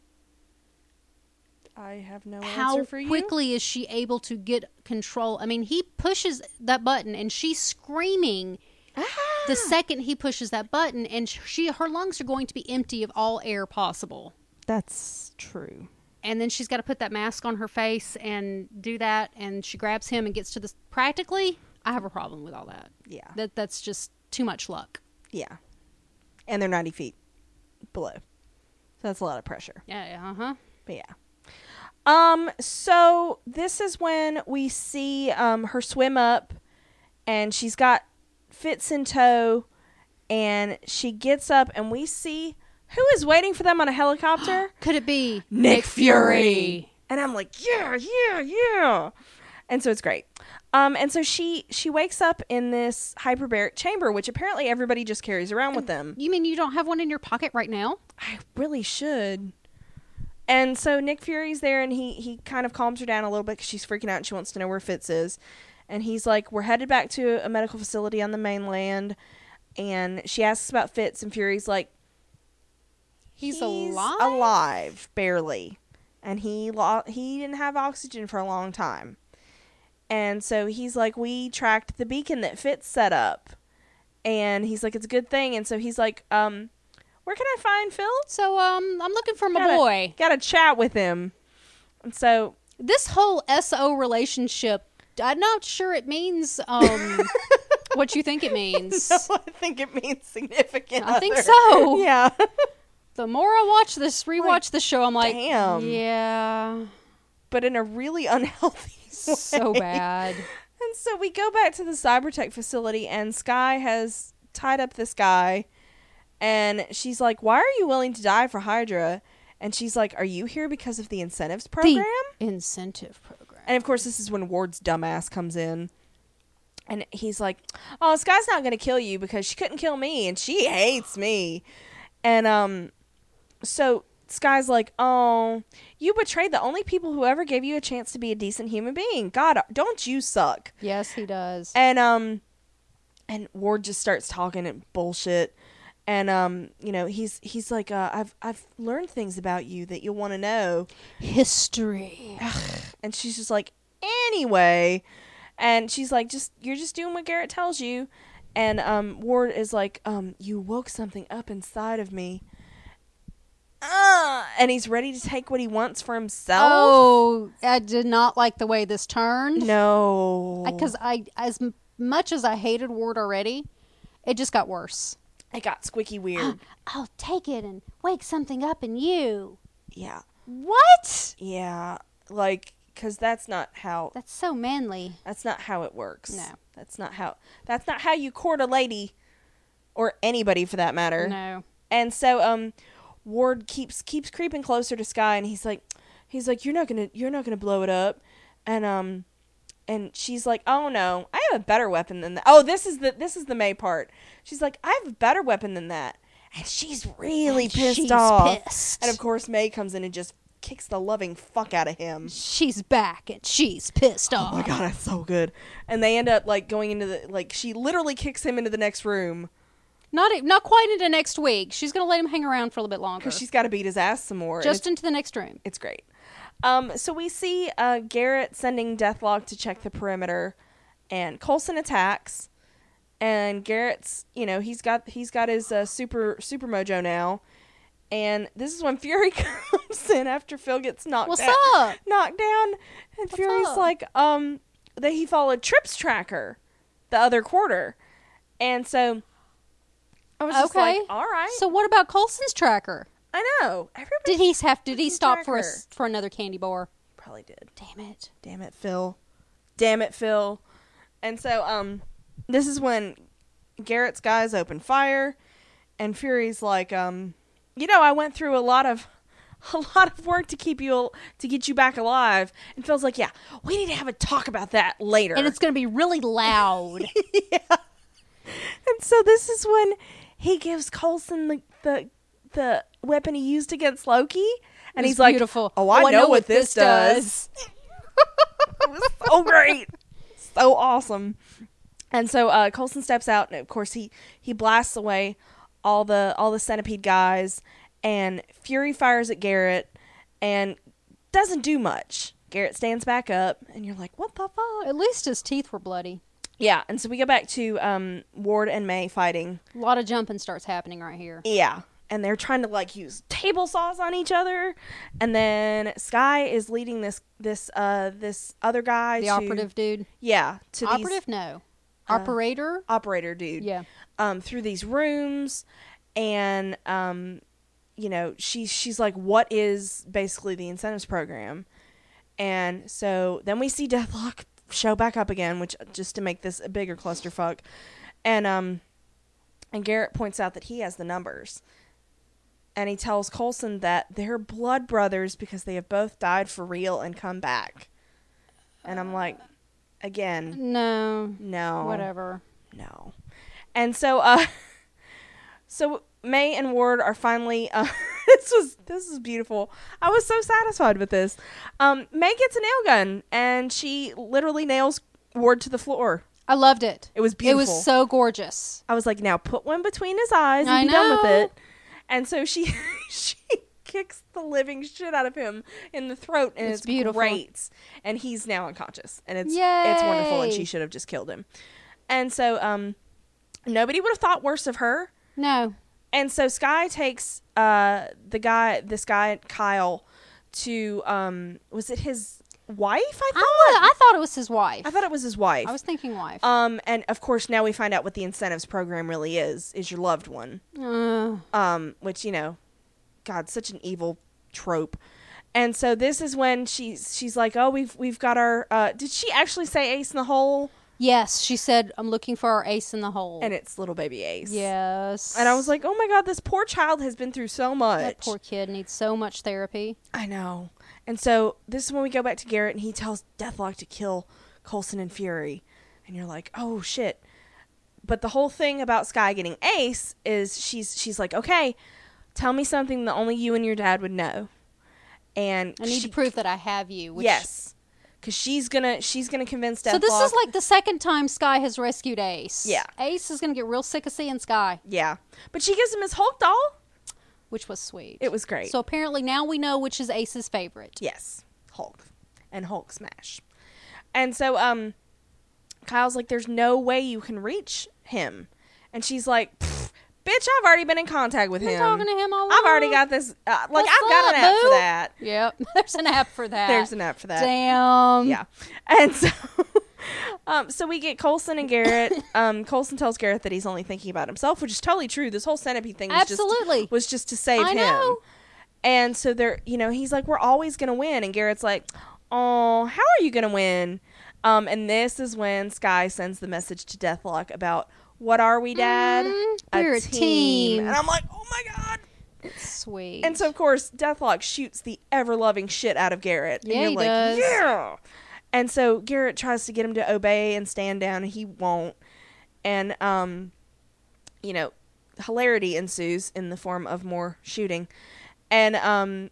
A: I have no
B: How
A: answer for you.
B: quickly is she able to get control? I mean, he pushes that button and she's screaming
A: Ah!
B: the second he pushes that button, and she her lungs are going to be empty of all air possible.
A: That's true.
B: and then she's got to put that mask on her face and do that and she grabs him and gets to this practically i have a problem with all that
A: Yeah.
B: that that's just too much luck
A: Yeah. And they're 90 feet below. So that's a lot of pressure.
B: yeah yeah, uh-huh
A: But yeah. Um, so this is when we see um, her swim up and she's got Fitz in tow and she gets up and we see who is waiting for them on a helicopter?
B: could it be
A: And I'm like, yeah, yeah, yeah. And so it's great. Um, and so she she wakes up in this hyperbaric chamber, which apparently everybody just carries around with them.
B: you mean you don't have one in your pocket right now
A: I really should. And so Nick Fury's there, and he he kind of calms her down a little bit because she's freaking out and she wants to know where Fitz is. And he's like, "We're headed back to a medical facility on the mainland." And she asks about Fitz, and Fury's like,
B: He's alive?"
A: alive, barely." And he lo- he didn't have oxygen for a long time. And so he's like, "We tracked the beacon that Fitz set up." And he's like, "It's a good thing." And so he's like, "Um, where can I find Phil?"
B: so um i'm looking for my
A: gotta,
B: boy
A: Gotta chat with him. And so
B: this whole so relationship i'm not sure it means um what you think it means
A: I think it means significant.
B: I think
A: other.
B: so.
A: Yeah.
B: the more i watch this rewatch this show i'm like
A: damn.
B: yeah
A: but in a really unhealthy way.
B: so bad
A: And so we go back to the cybertech facility and Sky has tied up this guy and she's like, Why are you willing to die for Hydra? And she's like, Are you here because of the incentives program?
B: The incentive program.
A: And of course, this is when Ward's dumbass comes in. And he's like, "Oh, this guy's not going to kill you because she couldn't kill me and she hates me." And um so Sky's like, "Oh, you betrayed the only people who ever gave you a chance to be a decent human being. God, don't you suck?"
B: yes, he does.
A: And um and Ward just starts talking and bullshit. And um, you know, he's he's like, uh, "I've I've learned things about you that you'll want to know."
B: History.
A: And she's just like, anyway. And she's like, just you're just doing what Garrett tells you. And um, Ward is like, um, you woke something up inside of me. Uh, and he's ready to take what he wants for himself.
B: Oh, I did not like the way this turned.
A: No,
B: Because I, as m- much as I hated Ward already, it just got worse.
A: it got squeaky weird.
B: I'll take it and wake something up in you.
A: yeah,
B: What?
A: yeah, like because that's not how
B: That's so manly.
A: that's not how it works.
B: No.
A: that's not how that's not how you court a lady, or anybody for that matter.
B: No.
A: And so um Ward keeps keeps creeping closer to Sky and he's like he's like you're not going to you're not going to blow it up. And um and she's like, "Oh no, I have a better weapon than that." Oh, this is the this is the May part. She's like, "I have a better weapon than that." And she's really
B: And
A: pissed
B: she's
A: off.
B: pissed.
A: And of course, May comes in and just kicks the loving fuck out of him.
B: She's back and she's pissed off.
A: Oh my god, that's so good. And they end up like going into the like she literally kicks him into the next room
B: Not e- not quite into next week. She's gonna let him hang around for a little bit longer.
A: because she's got to beat his ass some more. and it's
B: just into the next room.
A: It's great. Um, so we see uh, Garrett sending Deathlock to check the perimeter, and Colson attacks. And Garrett's, you know, he's got he's got his uh, super super mojo now, and this is when Fury comes in after Phil gets knocked
B: What's
A: down,
B: up?
A: knocked down, and Fury's
B: up?
A: like, um, that he followed Trip's tracker, the other quarter, and so I was just like,
B: Okay.
A: all right,
B: So what about Colson's tracker?
A: I know everybody
B: Did he have? Did he
A: Colson's
B: stop for a
A: tracker.
B: s for another candy bar?
A: probably did.
B: Damn it!
A: damn it phil damn it phil and so um this is when garrett's guys open fire and fury's like um you know i went through a lot of a lot of work to keep you al- to get you back alive and phil's like yeah we need to have a talk about that later
B: And it's gonna be really loud.
A: And so this is when he gives colson the the, the weapon he used against loki and
B: It's
A: he's like
B: beautiful.
A: oh i, know, what this does. it was so great, so awesome. And so uh, Colson steps out, and of course he he blasts away all the all the centipede guys, and Fury fires at Garrett, and doesn't do much. Garrett stands back up, and you're like, "What the fuck?"
B: At least his teeth were bloody.
A: Yeah, and so we go back to um, Ward and May fighting.
B: A lot of jumping starts happening right here.
A: Yeah, and they're trying to like use table saws on each other, and then Sky is leading this this uh this other guy,
B: The
A: to-
B: operative dude.
A: Yeah, to these-
B: Operative? No.
A: Uh,
B: Operator?
A: operator dude
B: Yeah.
A: um through these rooms and um you know she she's like what is basically the incentives program and so then we see deathlock show back up again which just to make this a bigger clusterfuck and um and garrett points out that he has the numbers and he tells colson that they're blood brothers because they have both died for real and come back and i'm like again
B: No.
A: no
B: Whatever.
A: no. And so uh so May and Ward are finally uh, this was this is beautiful. I was so satisfied with this. Um May gets a nail gun and she literally nails Ward to the floor.
B: I loved it.
A: It was beautiful.
B: It was so gorgeous.
A: I was like, now put one between his eyes and
B: I
A: be done with
B: know.
A: it. And so she she kicks the living shit out of him in the throat and it's,
B: It's beautiful.
A: great. And he's now unconscious. And it's it's wonderful and
B: Yay.
A: she should have just killed him. And so um nobody would have thought worse of her.
B: No.
A: And so Sky takes uh the guy this guy Kyle to um was it his wife? I
B: I,
A: thought
B: I thought it was his wife.
A: I thought it was his wife.
B: Ah. I was thinking wife.
A: um and of course now we find out what the incentives program really is is your loved one
B: Uh,
A: um, which you know, God, such an evil trope. And so this is when she's she's like, oh, we've we've got our. Uh, did she actually say Ace in the hole?
B: yes, she said, I'm looking for our ace in the hole.
A: And it's little baby Ace.
B: yes.
A: And I was like, oh my God, this poor child has been through so much.
B: that poor kid needs so much therapy.
A: I know. And so this is when we go back to Garrett, and he tells Deathlock to kill Colson and Fury, and you're like, oh shit. But the whole thing about Sky getting Ace is she's she's like, okay, tell me something that only you and your dad would know. And
B: I need
A: she
B: to prove that I have you. Which,
A: Yes, because she's gonna she's gonna convince Deathlock.
B: So this is like the second time Sky has rescued Ace.
A: Yeah.
B: Ace is going to get real sick of seeing Sky,
A: yeah, but she gives him his Hulk doll.
B: which was sweet.
A: It was great.
B: So apparently now we know which is Ace's favorite.
A: yes, Hulk and Hulk smash, and so um, Kyle's like, "There's no way you can reach him," and she's like, "Pfft, "Bitch, I've already been in contact with
B: Been
A: him.
B: talking to him all
A: I've already
B: along.
A: got this. Uh, like,
B: What's
A: I've got
B: up,
A: an app for
B: boo?"
A: that.
B: Yep. There's an app for that.
A: There's an app for that.
B: Damn.
A: yeah Um, and so um so we get colson and garrett um colson tells garrett that he's only thinking about himself which is totally true this whole centipede thing was
B: Absolutely.
A: just was just to save
B: I
A: him
B: know.
A: and so they're you know he's like we're always gonna win and garrett's like oh, how are you gonna win? Um, and this is when Sky sends the message to Deathlock about what are we, Dad?
B: Mhm, we're a team.
A: And I'm like, oh my god.
B: Sweet.
A: And so of course Deathlock shoots the ever loving shit out of Garrett.
B: Yeah,
A: and you're
B: he
A: like,
B: does.
A: Yeah. And so Garrett tries to get him to obey and stand down and he won't. And um you know, hilarity ensues in the form of more shooting. And um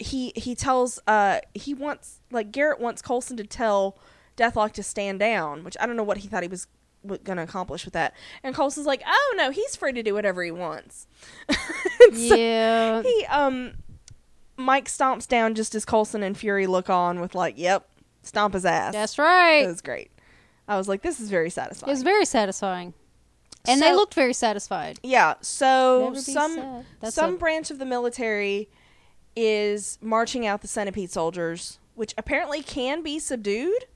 A: he he tells uh he wants like Garrett wants Colson to tell Deathlock to stand down, which I don't know what he thought he was w- gonna accomplish with that. And Colson's like, "Oh no, he's free to do whatever he wants." So-
B: yeah.
A: he um Mike stomps down just as Colson and Fury look on with like, "Yep, stomp his ass."
B: That's
A: It
B: right.
A: was great. I was like, "This is very satisfying."
B: It was very satisfying. And they
A: So-
B: looked very satisfied.
A: yeah. So
B: Never be
A: some
B: sad. That's
A: some
B: a-
A: branch of the military is marching out the centipede soldiers, which apparently can be subdued.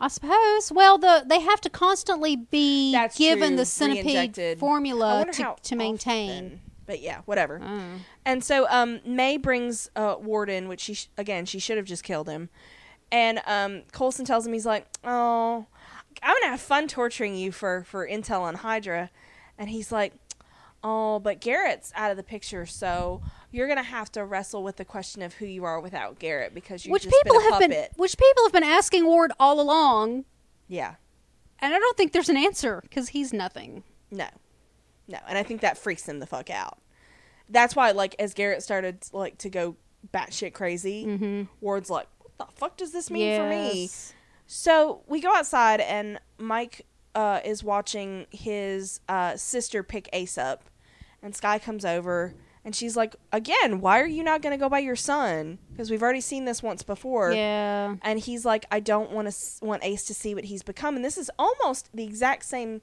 B: I suppose. Well, the they have to constantly be
A: That's
B: given
A: true.
B: the centipede
A: Re-injected. I
B: formula
A: wonder
B: to,
A: how
B: to maintain.
A: often. But yeah, whatever.
B: Mm.
A: And so um, May brings uh, Warden, which she sh- again she should have just killed him. And um, Colson tells him he's like, "Oh, I'm gonna have fun torturing you for for intel on Hydra," and he's like, "Oh, but Garrett's out of the picture, so you're gonna have to wrestle with the question of who you are without Garrett because you've
B: Which
A: just
B: people
A: been a
B: have been
A: puppet."
B: which people have been asking Ward all along,
A: Yeah,
B: and I don't think there's an answer because he's nothing.
A: no, no, and I think that freaks him the fuck out. That's why, like, as Garrett started like to go batshit crazy, Ward's like, "What the fuck does this mean for me?"
B: Mm-hmm. Yes.
A: So we go outside, and Mike uh, is watching his uh, sister pick Ace up, and Sky comes over, and she's like, "Again, why are you not going to go by your son? Because we've already seen this once before."
B: Yeah.
A: And he's like, "I don't want to want Ace to see what he's become." And this is almost the exact same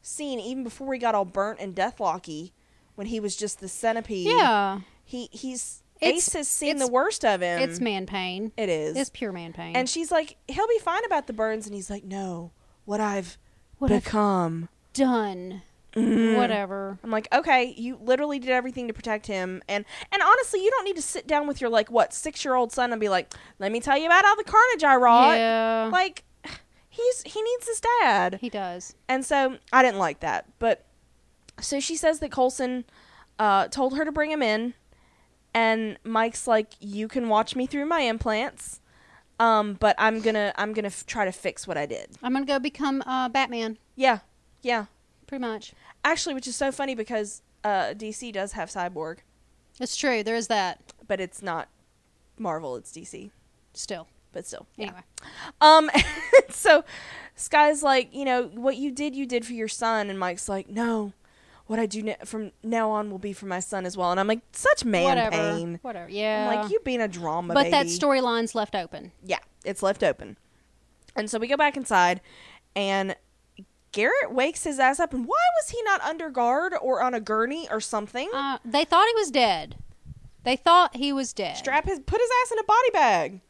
A: scene, even before he got all burnt and deathlocky, when he was just the centipede.
B: Yeah.
A: he he's
B: It's-
A: Ace has seen
B: it's-
A: the worst of him.
B: It's man pain.
A: It is.
B: It's pure man pain.
A: And she's like, he'll be fine about the burns. And he's like, no, what I've
B: What I've-
A: become.
B: done.
A: Mm-hmm.
B: Whatever.
A: i I'm like, okay, you literally did everything to protect him. And and honestly, you don't need to sit down with your, like, what, six year old son and be like, let me tell you about all the carnage I wrought.
B: Yeah.
A: Like, he's he needs his dad.
B: He does.
A: And so I didn't like that. But so she says that Colson uh, told her to bring him in. And Mike's like, you can watch me through my implants. Um, but I'm gonna I'm gonna f- try to fix what I did.
B: I'm gonna go become uh, Batman,
A: Yeah, yeah.
B: pretty much.
A: Actually, which is so funny because uh, DC does have Cyborg,
B: It's true. There is that
A: but it's not Marvel; it's DC.
B: still.
A: But still, yeah.
B: Anyway.
A: Um, so Sky's like, you know, what you did, you did for your son, and Mike's like, no, what I do na- from now on will be for my son as well. And I'm like, such man
B: Whatever.
A: pain.
B: Whatever. Yeah.
A: I'm like, you being a drama,
B: but that
A: baby.
B: storyline's left open.
A: yeah, it's left open. And so we go back inside, and Garrett wakes his ass up. And why was he not under guard or on a gurney or something?
B: Uh, they thought he was dead. They thought he was dead.
A: strap his put his ass in a body bag.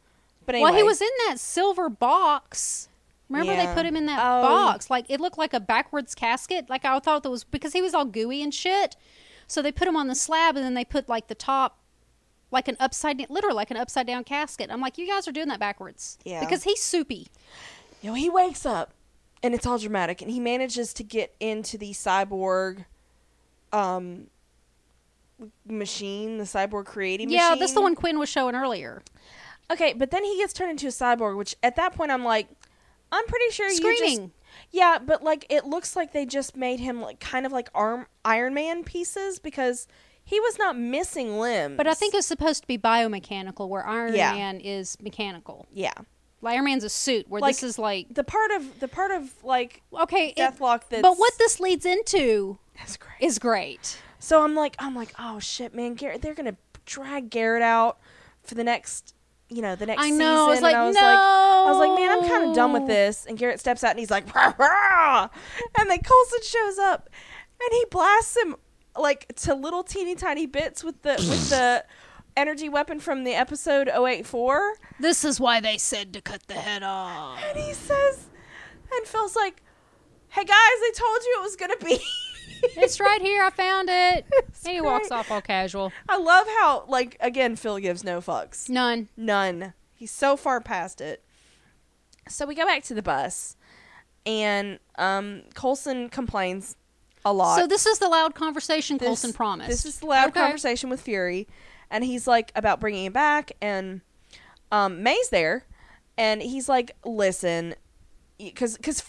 A: But anyway,
B: Well, he was in that silver box. Remember
A: Yeah.
B: they put him in that
A: Oh.
B: box? Like it looked like a backwards casket. Like I thought that was because he was all gooey and shit. So they put him on the slab and then they put like the top like an upside down literally like an upside down casket. I'm like, you guys are doing that backwards.
A: Yeah.
B: Because he's soupy.
A: You know, he wakes up, and it's all dramatic, and he manages to get into the cyborg, um, machine, the cyborg creating.
B: Yeah, that's the
A: machine.
B: one Quinn was showing earlier.
A: Okay, but then he gets turned into a cyborg, which at that point I'm like, I'm pretty sure you just.
B: Screaming.
A: Yeah, but like it looks like they just made him like kind of like arm Iron Man pieces because he was not missing limbs.
B: But I think it's supposed to be biomechanical where Iron
A: Yeah.
B: Man is mechanical.
A: yeah,
B: Like, Iron Man's a suit where
A: Like-
B: this is like
A: the part of the part of like
B: okay, it-
A: Deathlock that's
B: but what this leads into
A: that's great.
B: is great.
A: So I'm like, I'm like, oh shit, man, Garrett, they're gonna drag Garrett out for the next, you know, the next.
B: I know. I was
A: season.
B: like,
A: and I was
B: no.
A: like, I was like, man, I'm kind of done with this. And Garrett steps out and he's like, rah, rah. and then Colson shows up and he blasts him like to little teeny tiny bits with the with the energy weapon from the episode 084.
B: This is why they said to cut the head off.
A: And he says, and Phil's like, hey guys, I told you it was gonna be.
B: it's right here. I found it. and he walks
A: great.
B: off all casual.
A: I love how like again Phil gives no fucks.
B: None.
A: None. He's so far past it. So we go back to the bus, and um, Colson complains a lot.
B: So this is the loud conversation
A: This-
B: Colson promised.
A: This is the loud
B: Okay.
A: conversation with Fury, and he's like about bringing it back, and um, May's there, and he's like, "Listen, because because."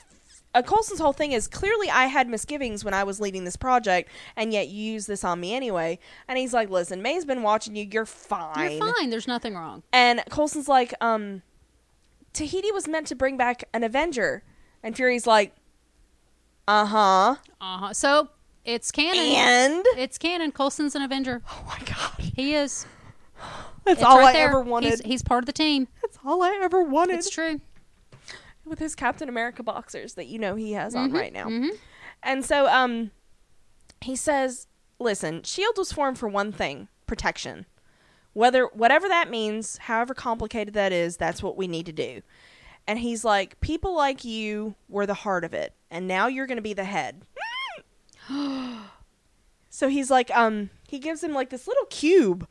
A: Uh, Colson's whole thing is clearly I had misgivings when I was leading this project, and yet you use this on me anyway. And he's like, "Listen, May's been watching you. You're fine.
B: You're fine. There's nothing wrong.
A: And Colson's like, um, Tahiti was meant to bring back an Avenger. And Fury's like, uh huh.
B: Uh huh. So it's canon.
A: And?
B: It's canon. Colson's an Avenger.
A: Oh my God.
B: He is.
A: That's
B: It's
A: all
B: right
A: I
B: there.
A: ever wanted.
B: He's, he's part of the team.
A: That's all I ever wanted.
B: It's true.
A: With his Captain America boxers that you know he has on
B: Mhm,
A: right now.
B: mhm.
A: And so, um, he says, listen, S.H.I.E.L.D. E was formed for one thing protection. Whether, whatever that means, however complicated that is, that's what we need to do. And he's like, people like you were the heart of it, and now you're going to be the head. so he's like, um, he gives him like this little cube,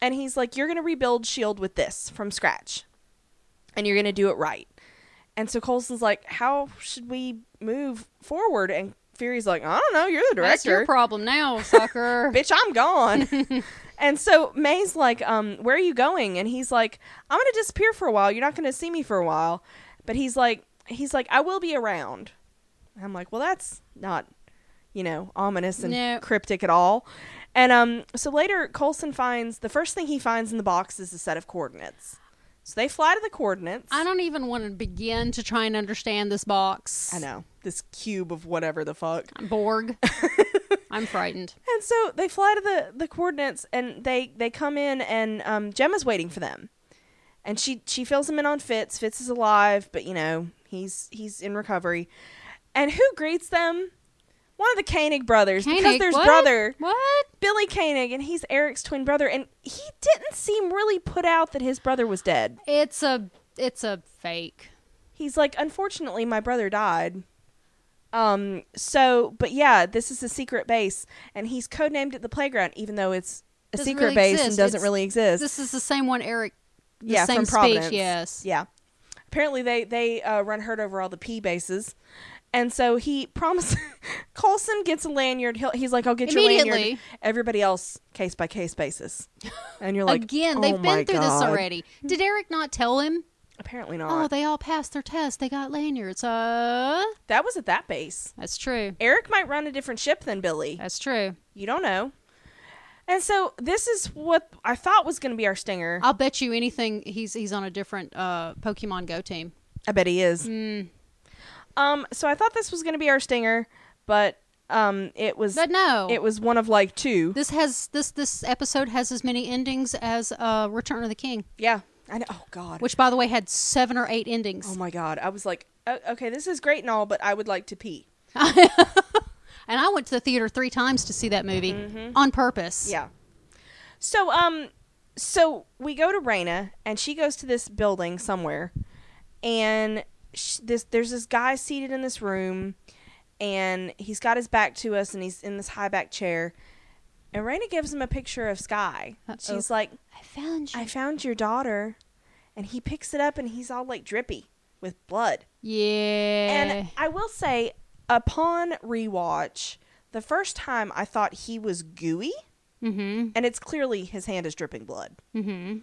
A: and he's like, you're going to rebuild S.H.I.E.L.D. E with this from scratch, and you're going to do it right. And so Colson's like, how should we move forward? And Fury's like, I don't know, you're the director
B: That's your problem now, sucker.
A: bitch, I'm gone. and so May's like, um, where are you going? And he's like, I'm gonna disappear for a while. You're not gonna see me for a while. But he's like, he's like, I will be around. And I'm like, well, that's not, you know, ominous and
B: No.
A: cryptic at all. And um, so later, Colson finds the first thing he finds in the box is a set of coordinates. So they fly to the coordinates.
B: I don't even want to begin to try and understand this box.
A: I know this cube of whatever the fuck.
B: Borg. I'm frightened.
A: And so they fly to the, the coordinates and they, they come in and um, Gemma's waiting for them. And she, she fills him in on Fitz. Fitz is alive, but you know, he's he's in recovery. And who greets them? One of the Koenig brothers. because
B: Koenig,
A: there's
B: what?
A: brother
B: What?
A: Billy Koenig and he's Eric's twin brother and he didn't seem really put out that his brother was dead.
B: It's a it's a fake.
A: He's like, Unfortunately my brother died. Um so but yeah, this is a secret base and he's codenamed it the playground, even though it's a
B: Doesn't
A: secret
B: really
A: base and
B: exist.
A: doesn't
B: It's-
A: really exist.
B: This is the same one Eric. The
A: yeah,
B: same
A: from Providence.
B: speech. Yes.
A: Yeah. Apparently they they uh, run herd over all the P bases, and so he promises. Colson gets a lanyard. He'll, he's like, "I'll get your lanyard."
B: Immediately.
A: Everybody else, case by case basis, and you're like,
B: Again,
A: "Oh
B: they've
A: my
B: been through this
A: God."
B: already. Did Eric not tell him?
A: Apparently
B: Oh,
A: not.
B: they all passed their test. They got lanyards. Uh,
A: that was at that base.
B: that's true.
A: Eric might run a different ship than Billy.
B: That's true.
A: You don't know. And so this is what I thought was going to be our stinger.
B: I'll bet you anything. He's he's on a different uh, Pokemon Go team.
A: I bet he is. Hmm. Um, so I thought this was going to be our stinger, but um, it was
B: But no,
A: it was one of like two.
B: this has this this episode has as many endings as uh, Return of the King,
A: Yeah. I know. Oh God.
B: which by the way had seven or eight endings.
A: oh my God. I was like, "O- okay, this is great and all, but I would like to pee.
B: And I went to the theater three times to see that movie on purpose.
A: Mm-hmm. Yeah. So um, so we go to Raina and she goes to this building somewhere, and sh this there's this guy seated in this room, and he's got his back to us and he's in this high back chair, and Raina gives him a picture of Sky.
B: Uh-oh.
A: She's like,
B: I found you.
A: I found your daughter, and he picks it up and he's all like drippy with blood.
B: yeah.
A: And I will say, upon rewatch, the first time I thought he was gooey,
B: mm-hmm.
A: and it's clearly his hand is dripping blood.
B: Mm-hmm.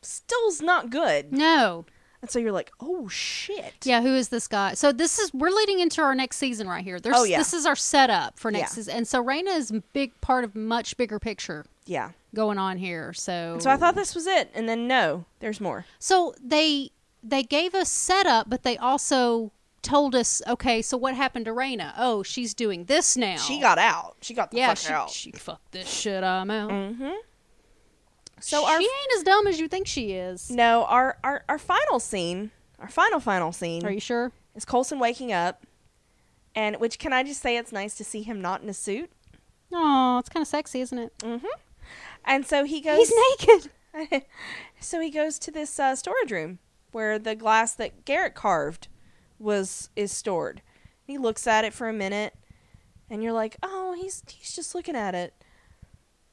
A: Still's not good.
B: No.
A: And so you're like, oh shit.
B: Yeah, who is this guy? So this is we're leading into our next season right here. There's,
A: Oh, yeah.
B: This is our setup for next
A: Yeah.
B: season. And so Raina is a big part of much bigger picture
A: Yeah.
B: going on here. So
A: So I thought this was it, and then no, there's more.
B: So they they gave us setup, but they also told us, okay, so what happened to Raina? Oh, she's doing this now.
A: She got out. She got the
B: yeah,
A: fuck
B: she,
A: out.
B: she fucked this shit. I'm out.
A: mm-hmm. So our
B: she ain't as dumb as you think she is.
A: no our, our our final scene, our final final scene
B: Are you sure?
A: is Colson waking up, and which can I just say it's nice to see him not in a suit.
B: Oh, it's kind of sexy, isn't it?
A: And so he goes.
B: Mm-hmm. He's naked.
A: so he goes to this uh, storage room where the glass that Garrett carved was is stored. He looks at it for a minute, and you're like, "Oh, he's he's just looking at it."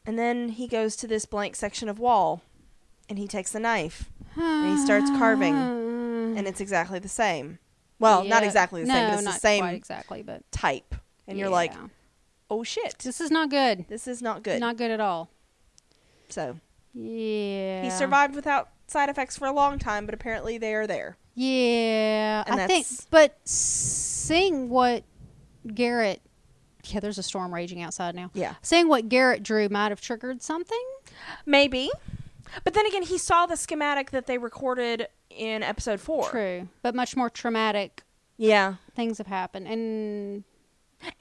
A: And then he goes to this blank section of wall, and he takes a knife, and he starts carving,
B: And
A: and it's exactly the same. Well, not exactly the same, but it's the same
B: quite exactly, but
A: type. And you're like,
B: yeah.
A: oh shit,
B: this is not good.
A: this is not good.
B: Not good at all.
A: so
B: Yeah.
A: he survived without side effects for a long time, but apparently they are there.
B: Yeah,
A: And
B: I think.
A: that's-
B: But seeing what Garrett, yeah, there's a storm raging outside now.
A: Yeah.
B: Seeing what Garrett drew might have triggered something.
A: Maybe. But then again, he saw the schematic that they recorded in episode four.
B: True, but much more traumatic
A: Yeah.
B: things have happened. And,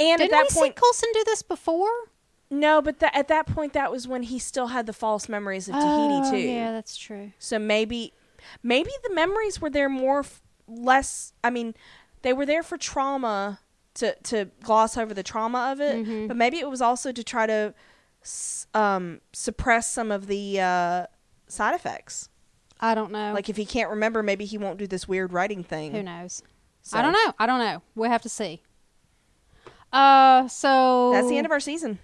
A: And
B: didn't
A: at that
B: we
A: point,
B: see Coulson do this before?
A: no, but tha- at that point, that was when he still had the false memories of
B: Oh,
A: Tahiti, too.
B: Yeah, that's true.
A: So maybe, maybe the memories were there more, f- less, I mean, they were there for trauma to, to gloss over the trauma of it,
B: Mhm.
A: but maybe it was also to try to s- um, suppress some of the uh, side effects.
B: I don't know.
A: Like if he can't remember, maybe he won't do this weird writing thing.
B: Oh. who knows?
A: So,
B: I don't know. I don't know. We'll have to see. Uh, so
A: That's the end of our season.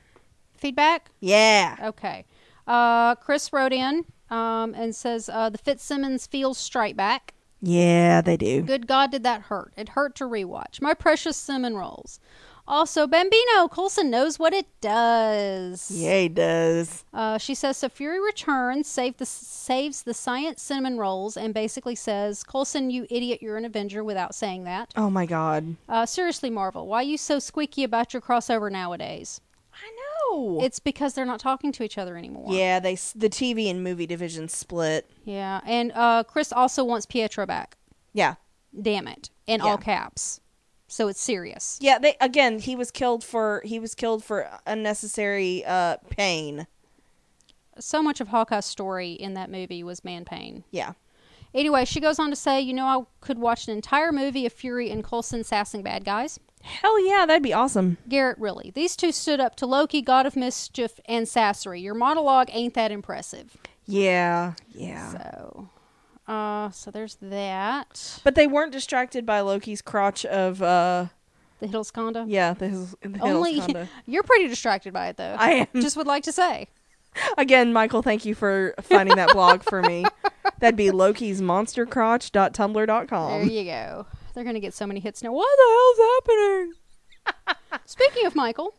B: feedback.
A: Oh. Yeah.
B: Okay. Uh, Chris wrote in um, and says uh, the Fitzsimmons feels straight back.
A: Yeah, they do.
B: Good God, did that hurt? It hurt to rewatch. My precious cinnamon rolls. Also, Bambino Colson knows what it does.
A: he does.
B: Uh, she says so. Fury returns, save the saves the science cinnamon rolls, and basically says, "Colson, you idiot, you're an Avenger." Without saying that,
A: Oh my god.
B: uh, seriously, Marvel, why you so squeaky about your crossover nowadays?
A: I know.
B: It's because they're not talking to each other anymore.
A: yeah, they s- the TV and movie division split.
B: Yeah, and uh, Chris also wants Pietro back.
A: Yeah.
B: Damn it, in
A: Yeah.
B: all caps. So it's serious.
A: Yeah, they again, he was killed for he was killed for unnecessary uh pain.
B: So much of Hawkeye's story in that movie was man pain.
A: Yeah.
B: Anyway, she goes on to say, "You know, I could watch an entire movie of Fury and Coulson sassing bad guys."
A: Hell yeah, that'd be awesome.
B: Garrett, really, these two stood up to Loki, God of Mischief, and Sassery. Your monologue ain't that impressive.
A: Yeah. Yeah.
B: So, uh, so there's that.
A: But they weren't distracted by Loki's crotch of uh
B: The Hiddlesconda.
A: yeah, the, his, the
B: Only
A: Hiddlesconda.
B: you're pretty distracted by it, though.
A: I am
B: just would like to say.
A: Again, Michael, thank you for finding that blog for me. That'd be Loki's
B: There
A: monstercrotch.tumblr.com.
B: you go. They're going to get so many hits now. What the hell's happening? Speaking of Michael,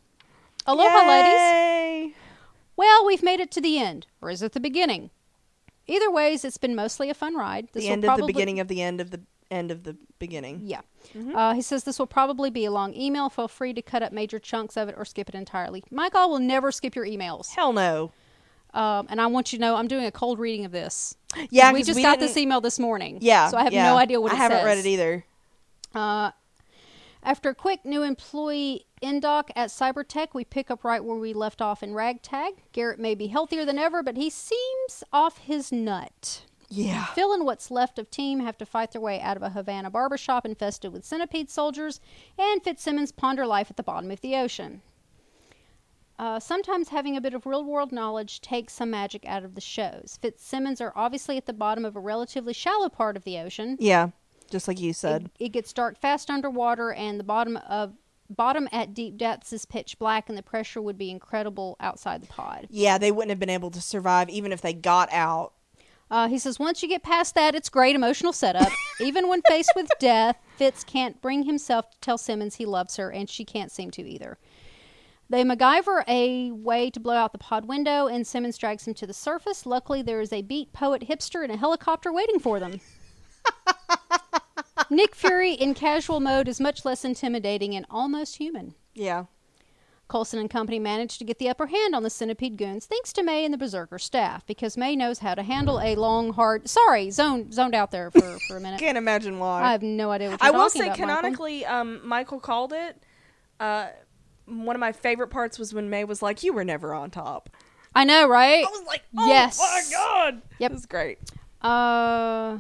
B: aloha, ladies.
A: ladies.
B: Well, we've made it to the end, or is it the beginning? Either ways, it's been mostly a fun ride. This
A: The
B: will
A: end of the
B: probably-
A: beginning of Mm-hmm. the end of the end of the beginning.
B: Yeah. Uh, he says this will probably be a long email. Feel free to cut up major chunks of it or skip it entirely. Michael will never skip your emails.
A: Hell no.
B: Um, and I want you to know I'm doing a cold reading of this.
A: Yeah,
B: we
A: 'cause
B: just got
A: didn't-
B: this email this morning.
A: Yeah,
B: so I have
A: yeah.
B: no idea what it
A: I haven't read
B: says.
A: it either.
B: Uh, after a quick new employee indoc at Cybertech, we pick up right where we left off in ragtag. Garrett may be healthier than ever, but he seems off his nut.
A: Yeah.
B: Phil and what's left of team have to fight their way out of a Havana barbershop infested with centipede soldiers, and Fitzsimmons ponder life at the bottom of the ocean. Uh, sometimes having a bit of real world knowledge takes some magic out of the shows. Fitzsimmons are obviously at the bottom of a relatively shallow part of the ocean,
A: Yeah. Just like you
B: it,
A: said.
B: it gets dark fast underwater and the bottom of bottom at deep depths is pitch black and the pressure would be incredible outside the pod
A: Yeah, they wouldn't have been able to survive even if they got out.
B: uh, he says once you get past that it's great emotional setup even when faced with death fitz can't bring himself to tell simmons he loves her and she can't seem to either they MacGyver a way to blow out the pod window, and Simmons drags him to the surface. Luckily, there is a beat poet hipster in a helicopter waiting for them. Nick Fury in casual mode is much less intimidating and almost human.
A: Yeah.
B: Colson and company managed to get the upper hand on the centipede goons thanks to May and the Berserker staff because May knows how to handle a long, hard. Sorry, zoned zoned out there for, for a minute.
A: Can't imagine why.
B: I have no idea what you're
A: I will
B: talking
A: say,
B: about, Michael.
A: canonically, um, Michael called it. Uh, one of my favorite parts was when May was like, "You were never on top."
B: I know, right?
A: I was like, "Oh
B: Yes.
A: my god!"
B: Yep.
A: it was great.
B: Uh,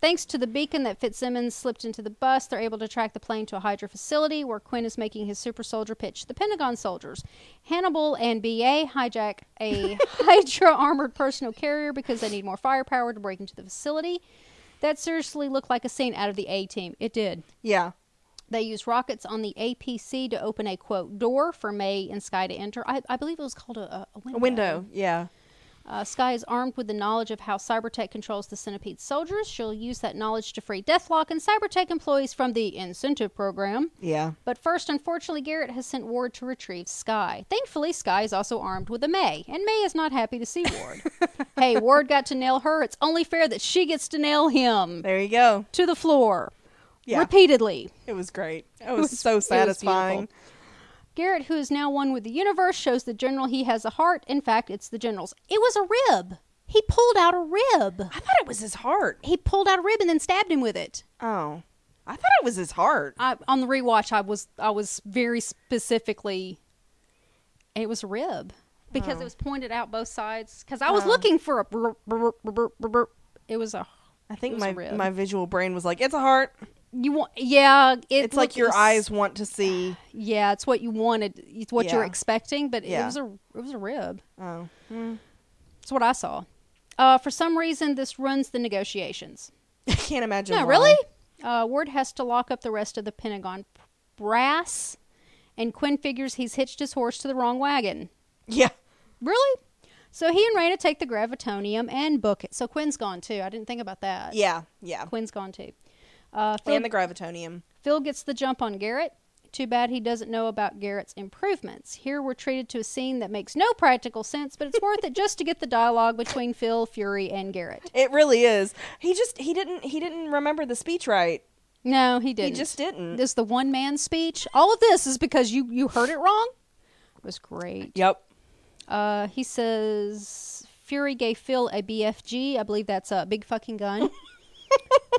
B: thanks to the beacon that Fitzsimmons slipped into the bus, they're able to track the plane to a Hydra facility where Quinn is making his super soldier pitch. to The Pentagon soldiers, Hannibal and BA hijack a Hydra armored personal carrier because they need more firepower to break into the facility. That seriously looked like a scene out of the A team. It did.
A: Yeah,
B: They used rockets on the APC to open a quote door for May and Sky to enter. I, I believe it was called a, a- a window.
A: a window. Yeah,
B: Uh, Sky is armed with the knowledge of how Cybertech controls the Centipede soldiers. She'll use that knowledge to free Deathlock and Cybertech employees from the incentive program.
A: Yeah.
B: But first, unfortunately, Garrett has sent Ward to retrieve Sky. Thankfully, Sky is also armed with a May, and May is not happy to see Ward. hey, Ward got to nail her. It's only fair that she gets to nail him
A: There you go.
B: to the floor
A: Yeah.
B: repeatedly.
A: It was great. It was,
B: was- it
A: so
B: was
A: satisfying.
B: beautiful. Garrett, who is now one with the universe, shows the general he has a heart. In fact, it's the general's. It was a rib. He pulled out a rib.
A: I thought it was his heart.
B: He pulled out a rib and then stabbed him with it.
A: Oh. I thought it was his heart.
B: I, on the rewatch, I was I was very specifically. It was a rib because it was pointed out both sides. Because I
A: Oh.
B: was looking for a. brr- brr- brr- brr- brr- brr. It was a.
A: I
B: It
A: think
B: was a
A: my
B: rib.
A: my visual brain was like, it's a heart.
B: You want? Yeah, it
A: It's like
B: looked-
A: your
B: it's-
A: eyes want to see.
B: Yeah, it's what you wanted. It's what you're
A: Yeah.
B: expecting, but it
A: Yeah.
B: was a it was a rib.
A: Oh.
B: It's what I saw. Uh, for some reason, this runs the negotiations.
A: I can't imagine.
B: No,
A: why.
B: really? Uh, Ward has to lock up the rest of the Pentagon brass, and Quinn figures he's hitched his horse to the wrong wagon.
A: Yeah.
B: Really? So he and Raina take the gravitonium and book it. So Quinn's gone too. I didn't think about that.
A: Yeah. Yeah.
B: Quinn's gone too. Uh, Phil,
A: And the gravitonium.
B: Phil gets the jump on Garrett. Too bad he doesn't know about Garrett's improvements. Here we're treated to a scene that makes no practical sense, but it's worth it just to get the dialogue between Phil, Fury, and Garrett.
A: It really is. He just he didn't he didn't remember the speech right.
B: No, he didn't.
A: He just didn't.
B: This the one man speech. All of this is because you you heard it wrong. It was great.
A: Yep.
B: Uh, he says Fury gave Phil a BFG. I believe that's a big fucking gun.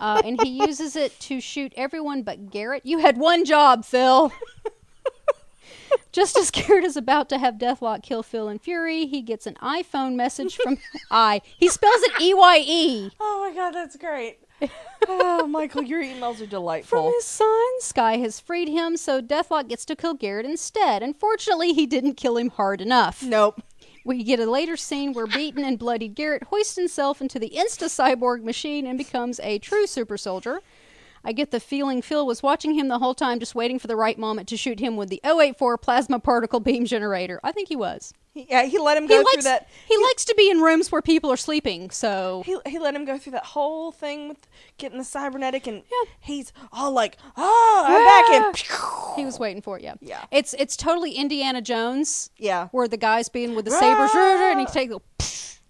B: uh, and he uses it to shoot everyone but Garrett. You had one job, Phil. Just as Garrett is about to have Deathlock kill Phil and Fury, he gets an iPhone message from I. He spells it E Y E.
A: Oh my god, that's great. oh, Michael, your emails are
B: from
A: delightful.
B: his son. Sky has freed him, so Deathlock gets to kill Garrett instead. Unfortunately, he didn't kill him hard enough.
A: nope.
B: We get a later scene where beaten and bloodied Garrett hoists himself into the Insta Cyborg machine and becomes a true super soldier. I get the feeling Phil was watching him the whole time, just waiting for the right moment to shoot him with the 084 plasma particle beam generator. I think he was.
A: He, yeah, he let him
B: He
A: go through
B: likes
A: that.
B: he likes to be in rooms where people are sleeping. So
A: He, he let him go through that whole thing with getting the cybernetic, and he's all like, "Oh, I'm back in."
B: he was waiting for it. Yeah.
A: Yeah.
B: It's it's totally Indiana Jones.
A: Yeah,
B: where the guy's being with the sabers and he takes the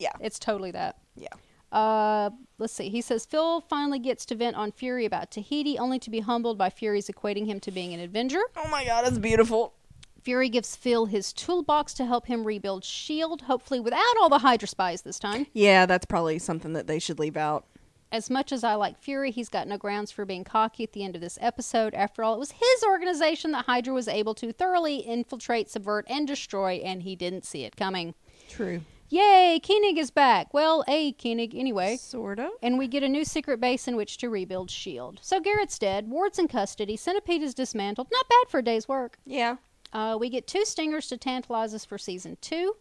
A: Yeah.
B: it's totally that
A: yeah.
B: uh let's see he says phil finally gets to vent on fury about tahiti only to be humbled by fury's equating him to being an avenger
A: Oh my god, that's beautiful.
B: fury gives phil his toolbox to help him rebuild shield E hopefully without all the hydra spies this time
A: Yeah, that's probably something that they should leave out.
B: as much as i like fury he's got no grounds for being cocky at the end of this episode after all it was his organization that hydra was able to thoroughly infiltrate subvert and destroy and he didn't see it coming
A: True.
B: Yay, Koenig is back. Well, a Koenig anyway.
A: Sort of.
B: And we get a new secret base in which to rebuild S.H.I.E.L.D. E So Garrett's dead, Ward's in custody, Centipede is dismantled. Not bad for a day's work.
A: Yeah.
B: Uh, we get two stingers to tantalize us for season two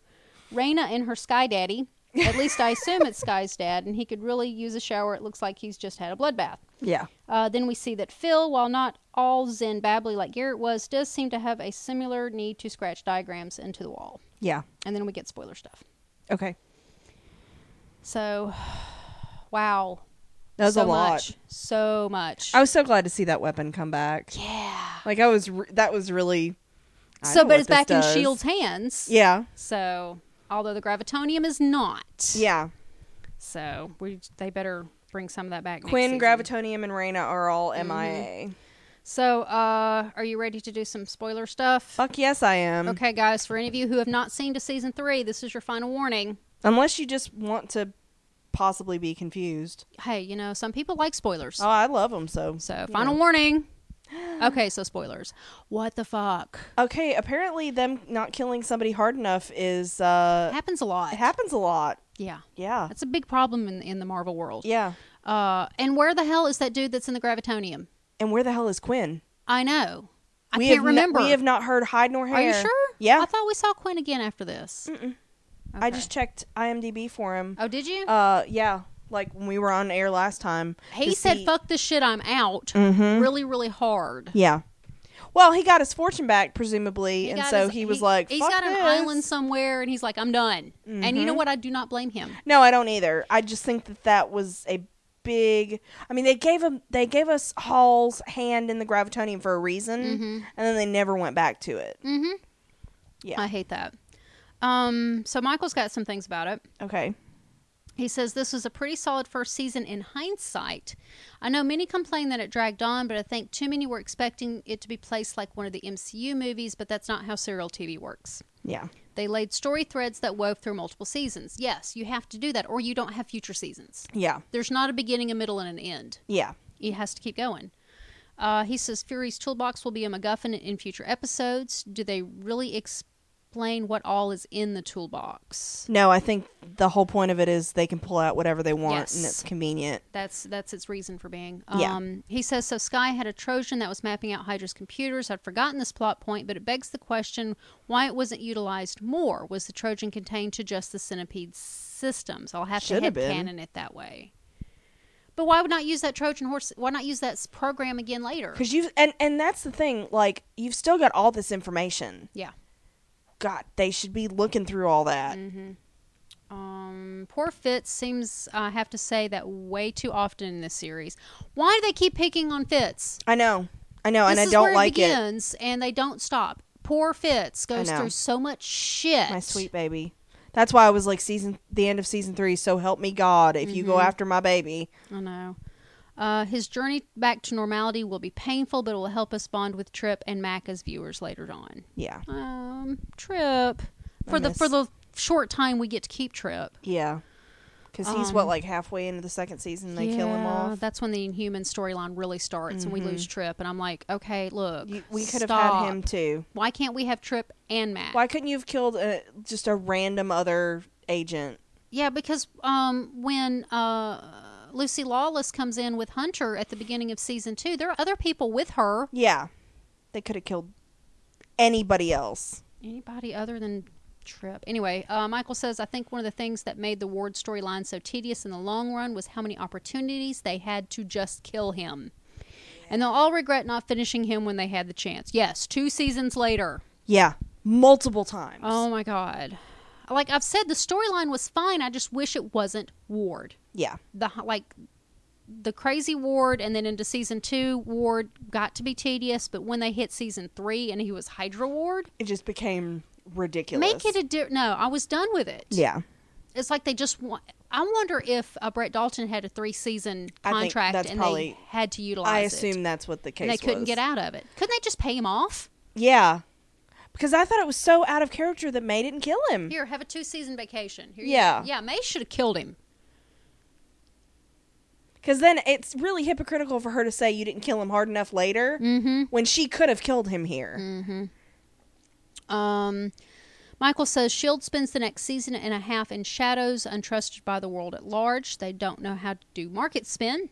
B: Raina and her Sky Daddy. At least I assume it's Sky's dad, and he could really use a shower. It looks like he's just had a bloodbath.
A: Yeah.
B: Uh, then we see that Phil, while not all zen babbly like Garrett was, does seem to have a similar need to scratch diagrams into the wall.
A: Yeah.
B: And then we get spoiler stuff.
A: Okay.
B: So, wow.
A: That was
B: so
A: a lot.
B: Much, so much.
A: I was so glad to see that weapon come back.
B: yeah.
A: Like I was. Re- that was really. I
B: So,
A: know
B: but
A: what
B: it's
A: this
B: back
A: does.
B: in Shield's hands.
A: Yeah.
B: So, although the gravitonium is not.
A: Yeah.
B: So we they better bring some of that back. next
A: Quinn,
B: season. Mm-hmm.
A: Gravitonium, and Reyna are all MIA.
B: So, uh, are you ready to do some spoiler stuff?
A: Fuck yes, I am.
B: Okay, guys. For any of you who have not seen to season three, this is your final warning.
A: Unless you just want to possibly be confused.
B: Hey, you know some people like spoilers.
A: Oh, I love them so.
B: so, final warning. Okay, so spoilers. What the fuck
A: Okay, apparently them not killing somebody hard enough is uh
B: happens a lot?
A: it happens a lot.
B: yeah,
A: Yeah.
B: that's a big problem in in the Marvel world.
A: Yeah.
B: Uh, and where the hell is that dude that's in the gravitonium?
A: And where the hell is Quinn?
B: I know. I
A: we
B: can't
A: have no-
B: remember.
A: we have not heard hide nor hair.
B: Are you sure?
A: Yeah.
B: I thought we saw Quinn again after this.
A: I
B: Okay.
A: just checked IMDb for him.
B: Oh, did you?
A: Uh yeah, like when we were on air last time.
B: he
A: to
B: said,
A: see- Mm-hmm.
B: "Fuck this shit, I'm out." Really, really hard.
A: Yeah. Well, he got his fortune back presumably,
B: He
A: and
B: got
A: so
B: his-
A: he was like,
B: he's
A: "Fuck
B: got an
A: this." Mm-hmm.
B: island somewhere, and he's like, I'm done. And you know what? I do not blame him.
A: No, I don't either. I just think that that was a big. I mean, they gave him they gave us Hall's hand in the gravitonium for a reason, and then they never went back to it.
B: Mm-hmm.
A: Yeah.
B: I hate that. Um, so Michael's got some things about it.
A: Okay.
B: He says this was a pretty solid first season in hindsight. I know many complain that it dragged on, but I think too many were expecting it to be placed like one of the MCU movies, but that's not how serial TV works.
A: Yeah.
B: They laid story threads that wove through multiple seasons. Yes, you have to do that, or you don't have future seasons.
A: Yeah.
B: There's not a beginning, a middle, and an end.
A: Yeah.
B: It has to keep going. Uh, he says Fury's toolbox will be a MacGuffin in future episodes. Do they really explain what all is in the toolbox?
A: No, I think the whole point of it is they can pull out whatever they want, and
B: Yes.
A: it's convenient.
B: That's that's its reason for being.
A: Yeah.
B: Um, He says so. Sky had a Trojan that was mapping out Hydra's computers. I'd forgotten this plot point, but it begs the question why it wasn't utilized more. Was the Trojan contained to just the Centipede systems? I'll have
A: Should
B: to
A: have been.
B: headcanon it that way. But why would not use that Trojan horse? Why not use that s- program again later?
A: Because you and and that's the thing. Like you've still got all this information.
B: Yeah. Mm-hmm.
A: God, they should be looking through all that.
B: Um, poor Fitz seems, I have to say, that way too often in this series. Why do they keep picking on Fitz?
A: I know. I know, and
B: this
A: I
B: is
A: don't
B: where
A: like
B: it
A: it.
B: begins, and they don't stop. Poor Fitz goes
A: know.
B: through so much shit.
A: my sweet baby. That's why I was like season the end of season three. So help me God, if you go
B: Mm-hmm.
A: after my baby,
B: I know. Uh, his journey back to normality will be painful, but it will help us bond with Trip and Mac as viewers later on.
A: yeah,
B: Um, Trip for
A: I
B: the
A: miss-
B: for the short time we get to keep Trip.
A: yeah, because he's what like halfway into the second season they kill him
B: Um, Yeah,
A: off. Mm-hmm.
B: That's when the Inhuman storyline really starts, and we lose Trip. And I'm like, okay, look,
A: You, we could have
B: stop.
A: had him too.
B: Why can't we have Trip and Mac?
A: Why couldn't you have killed a, just a random other agent?
B: Yeah, because um, when uh, Lucy Lawless comes in with Hunter at the beginning of season two, there are other people with her.
A: Yeah, they could have killed anybody else.
B: Anybody other than Trip? Anyway, uh, Michael says I think one of the things that made the Ward storyline so tedious in the long run was how many opportunities they had to just kill him, and they'll all regret not finishing him when they had the chance. Yes, two seasons later.
A: Yeah, multiple times.
B: Oh my God! Like I've said, the storyline was fine. I just wish it wasn't Ward.
A: yeah,
B: the h- like the crazy ward and then into season two ward got to be tedious but when they hit season three and he was hydra ward
A: it just became ridiculous.
B: make it a di- no i was done with it
A: yeah.
B: it's like they just want i wonder if uh, brett dalton had a three season
A: I think
B: contract
A: that's
B: and
A: probably-
B: they had to utilize
A: I
B: it
A: assume that's what the case.
B: and they couldn't
A: was.
B: get out of it couldn't they just pay him off
A: Yeah. Because I thought it was so out of character that May didn't kill him.
B: here have a two season vacation here you
A: Yeah.
B: go. yeah may should have killed him
A: Because then it's really hypocritical for her to say you didn't kill him hard enough later
B: Mm. Mm-hmm.
A: when she could have killed him here.
B: Um, Michael says Shield E spends the next season and a half in shadows, untrusted by the world at large. They don't know how to do market spin.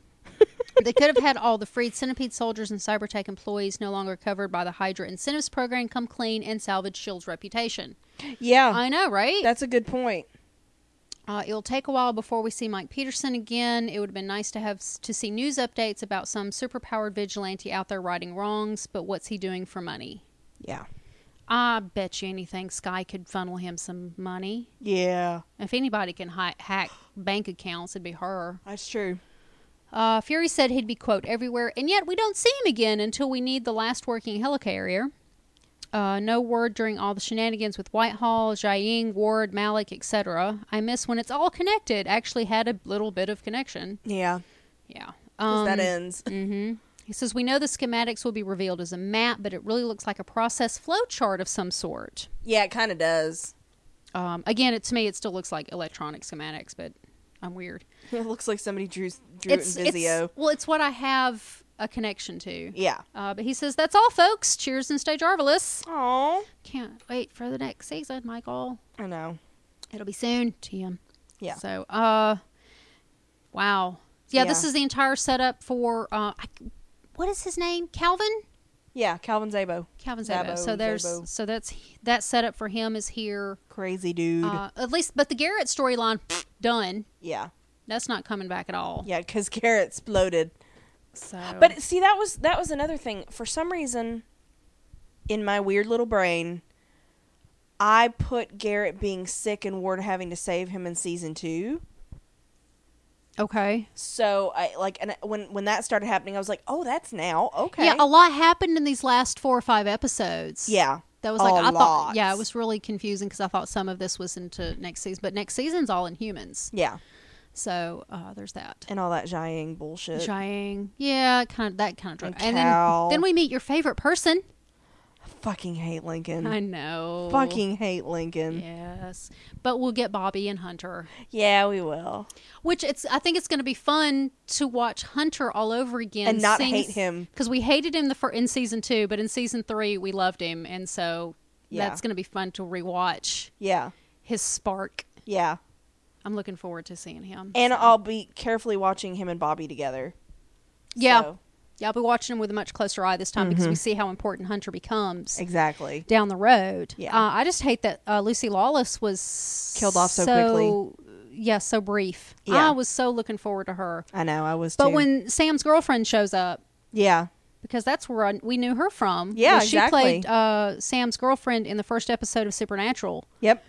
B: they could have had all the freed Centipede soldiers and Cybertech employees no longer covered by the Hydra incentives program come clean and salvage Shield's E reputation.
A: Yeah.
B: I know, right?
A: that's a good point.
B: Uh, it'll take a while before we see Mike Peterson again. It would have been nice to have s- to see news updates about some superpowered vigilante out there righting wrongs, but what's he doing for money?
A: Yeah.
B: I bet you anything Sky could funnel him some money.
A: Yeah.
B: If anybody can hi- hack bank accounts, it'd be her.
A: That's true.
B: Uh, Fury said he'd be, quote, everywhere, and yet we don't see him again until we need the last working helicarrier. Uh, no word during all the shenanigans with Whitehall, Jiaying, Ward, Malik, etc. I miss when it's all connected. Actually, had a little bit of connection.
A: Yeah.
B: Yeah.
A: 'Cause
B: Um,
A: that ends.
B: mhm. He says we know the schematics will be revealed as a map, but it really looks like a process flow chart of some sort.
A: Yeah, it kind of does.
B: Um, again, it, to me, it still looks like electronic schematics, but I'm weird.
A: It looks like somebody drew, drew it in Vizio.
B: It's, well, it's what I have a connection to.
A: yeah.
B: Uh, but he says, that's all, folks. Cheers and stay Jarvelous.
A: Oh,
B: Can't wait for the next season, Michael.
A: I know.
B: It'll be soon, TM.
A: Yeah.
B: So, uh, wow. Yeah, this
A: Yeah.
B: is the entire setup for, uh, I, what is his name? Calvin?
A: Yeah, Calvin Zabo.
B: Calvin
A: Zabo,
B: Zabo. So there's,
A: Zabo.
B: so that's, that setup for him is here.
A: Crazy dude.
B: Uh, at least, but the Garrett storyline, done.
A: yeah.
B: That's not coming back at all.
A: Yeah, because Garrett exploded.
B: So,
A: Oh. But see, that was that was another thing. For some reason, in my weird little brain, I put Garrett being sick and Ward having to save him in season two.
B: Okay.
A: So I like and when when that started happening, I was like, oh, that's now okay.
B: Yeah, a lot happened in these last four or five episodes.
A: yeah.
B: That was like
A: a
B: I thought.
A: lot.
B: Yeah, it was really confusing because I thought some of this was into next season, but next season's all in humans.
A: yeah,
B: So uh, there's that.
A: and all that Jiang bullshit.
B: Jiang, yeah, kind of that kind of drug.
A: And
B: And,
A: Cal.
B: then then we meet your favorite person.
A: Fucking hate Lincoln.
B: I know.
A: Fucking hate Lincoln.
B: yes, but we'll get Bobby and Hunter,
A: Yeah, we will.
B: which it's. I think it's going to be fun to watch Hunter all over again
A: And not hate him.
B: because we hated him the fir- in season two, but in season three we loved him, and so
A: Yeah.
B: that's going to be fun to rewatch
A: Yeah,
B: his spark.
A: yeah.
B: I'm looking forward to seeing him.
A: And
B: so.
A: I'll be carefully watching him and Bobby together.
B: yeah,
A: So,
B: yeah, I'll be watching him with a much closer eye this time because
A: Mm-hmm.
B: we see how important Hunter becomes.
A: exactly.
B: down the road.
A: Yeah.
B: Uh, I just hate that uh, Lucy Lawless was
A: Killed off so
B: Yeah, so brief.
A: Yeah.
B: I was so looking forward to her.
A: I know. I was.
B: But
A: too.
B: when Sam's girlfriend shows up,
A: yeah,
B: because that's where I, we knew her from.
A: Yeah,
B: was she
A: exactly.
B: played uh, Sam's girlfriend in the first episode of Supernatural,
A: yep,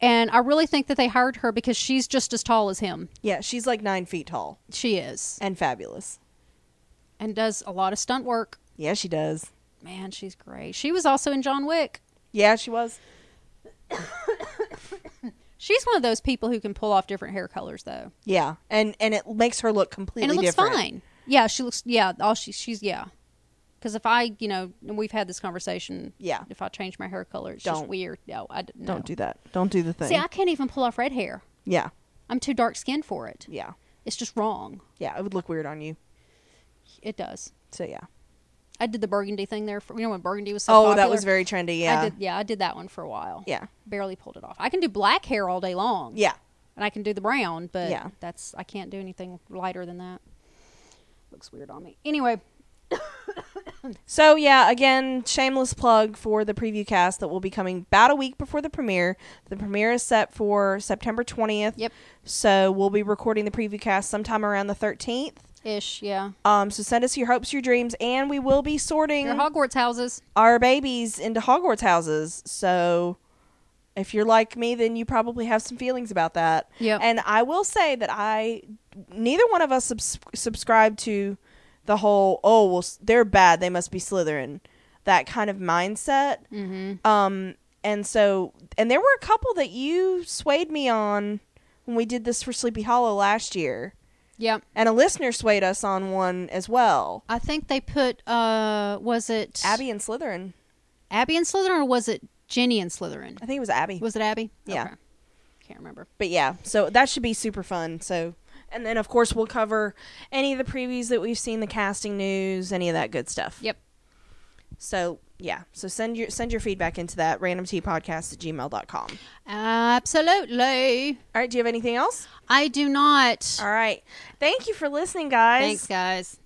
B: and I really think that they hired her because she's just as tall as him.
A: yeah. She's like nine feet tall
B: She is,
A: and fabulous.
B: and does a lot of stunt work.
A: Yeah, she does.
B: Man, she's great. She was also in John Wick.
A: Yeah, she was.
B: She's one of those people who can pull off different hair colors, though.
A: Yeah, and and it makes her look
B: and
A: completely
B: it looks
A: different.
B: fine. Yeah, she looks. Yeah, all she she's yeah. Because if I, you know, and we've had this conversation.
A: Yeah.
B: If I change my hair color, it's
A: Don't.
B: just weird. No, I d- no.
A: Don't do that. Don't do the thing.
B: See, I can't even pull off red hair.
A: yeah,
B: I'm too dark skinned for it.
A: yeah,
B: It's just wrong.
A: yeah. It would look weird on you.
B: It does.
A: So yeah.
B: I did the burgundy thing there. For, you know when burgundy was so
A: oh, that
B: popular?
A: was very trendy. Yeah,
B: I did, yeah, I did that one for a while.
A: yeah,
B: Barely pulled it off. I can do black hair all day long.
A: yeah.
B: And I can do the brown, but
A: Yeah.
B: that's I can't do anything lighter than that. Looks weird on me. Anyway,
A: So yeah, again, shameless plug for the preview cast that will be coming about a week before the premiere. The premiere is set for September twentieth.
B: Yep.
A: So we'll be recording the preview cast sometime around the thirteenth.
B: ish, yeah.
A: Um, so send us your hopes, your dreams, and we will be sorting
B: Your Hogwarts houses.
A: our babies into Hogwarts houses. So if you're like me, then you probably have some feelings about that.
B: Yep.
A: And I will say that I, neither one of us subs- subscribe to the whole, oh, well, s- they're bad. They must be Slytherin, that kind of mindset. Mm-hmm. Um, and so, and there were a couple that you swayed me on when we did this for Sleepy Hollow last year.
B: Yep.
A: And a listener swayed us on one as well.
B: I think they put uh was it
A: Abby and Slytherin.
B: Abby and Slytherin or was it Jenny and Slytherin?
A: I think it was Abby.
B: Was it Abby?
A: Yeah.
B: Can't remember.
A: but yeah, so that should be super fun. So, and then of course we'll cover any of the previews that we've seen, the casting news, any of that good stuff.
B: Yep.
A: So yeah, so send your send your feedback into that randomtpodcast at gmail.com.
B: Absolutely.
A: All right, do you have anything else?
B: I do not.
A: All right, thank you for listening, guys.
B: Thanks guys.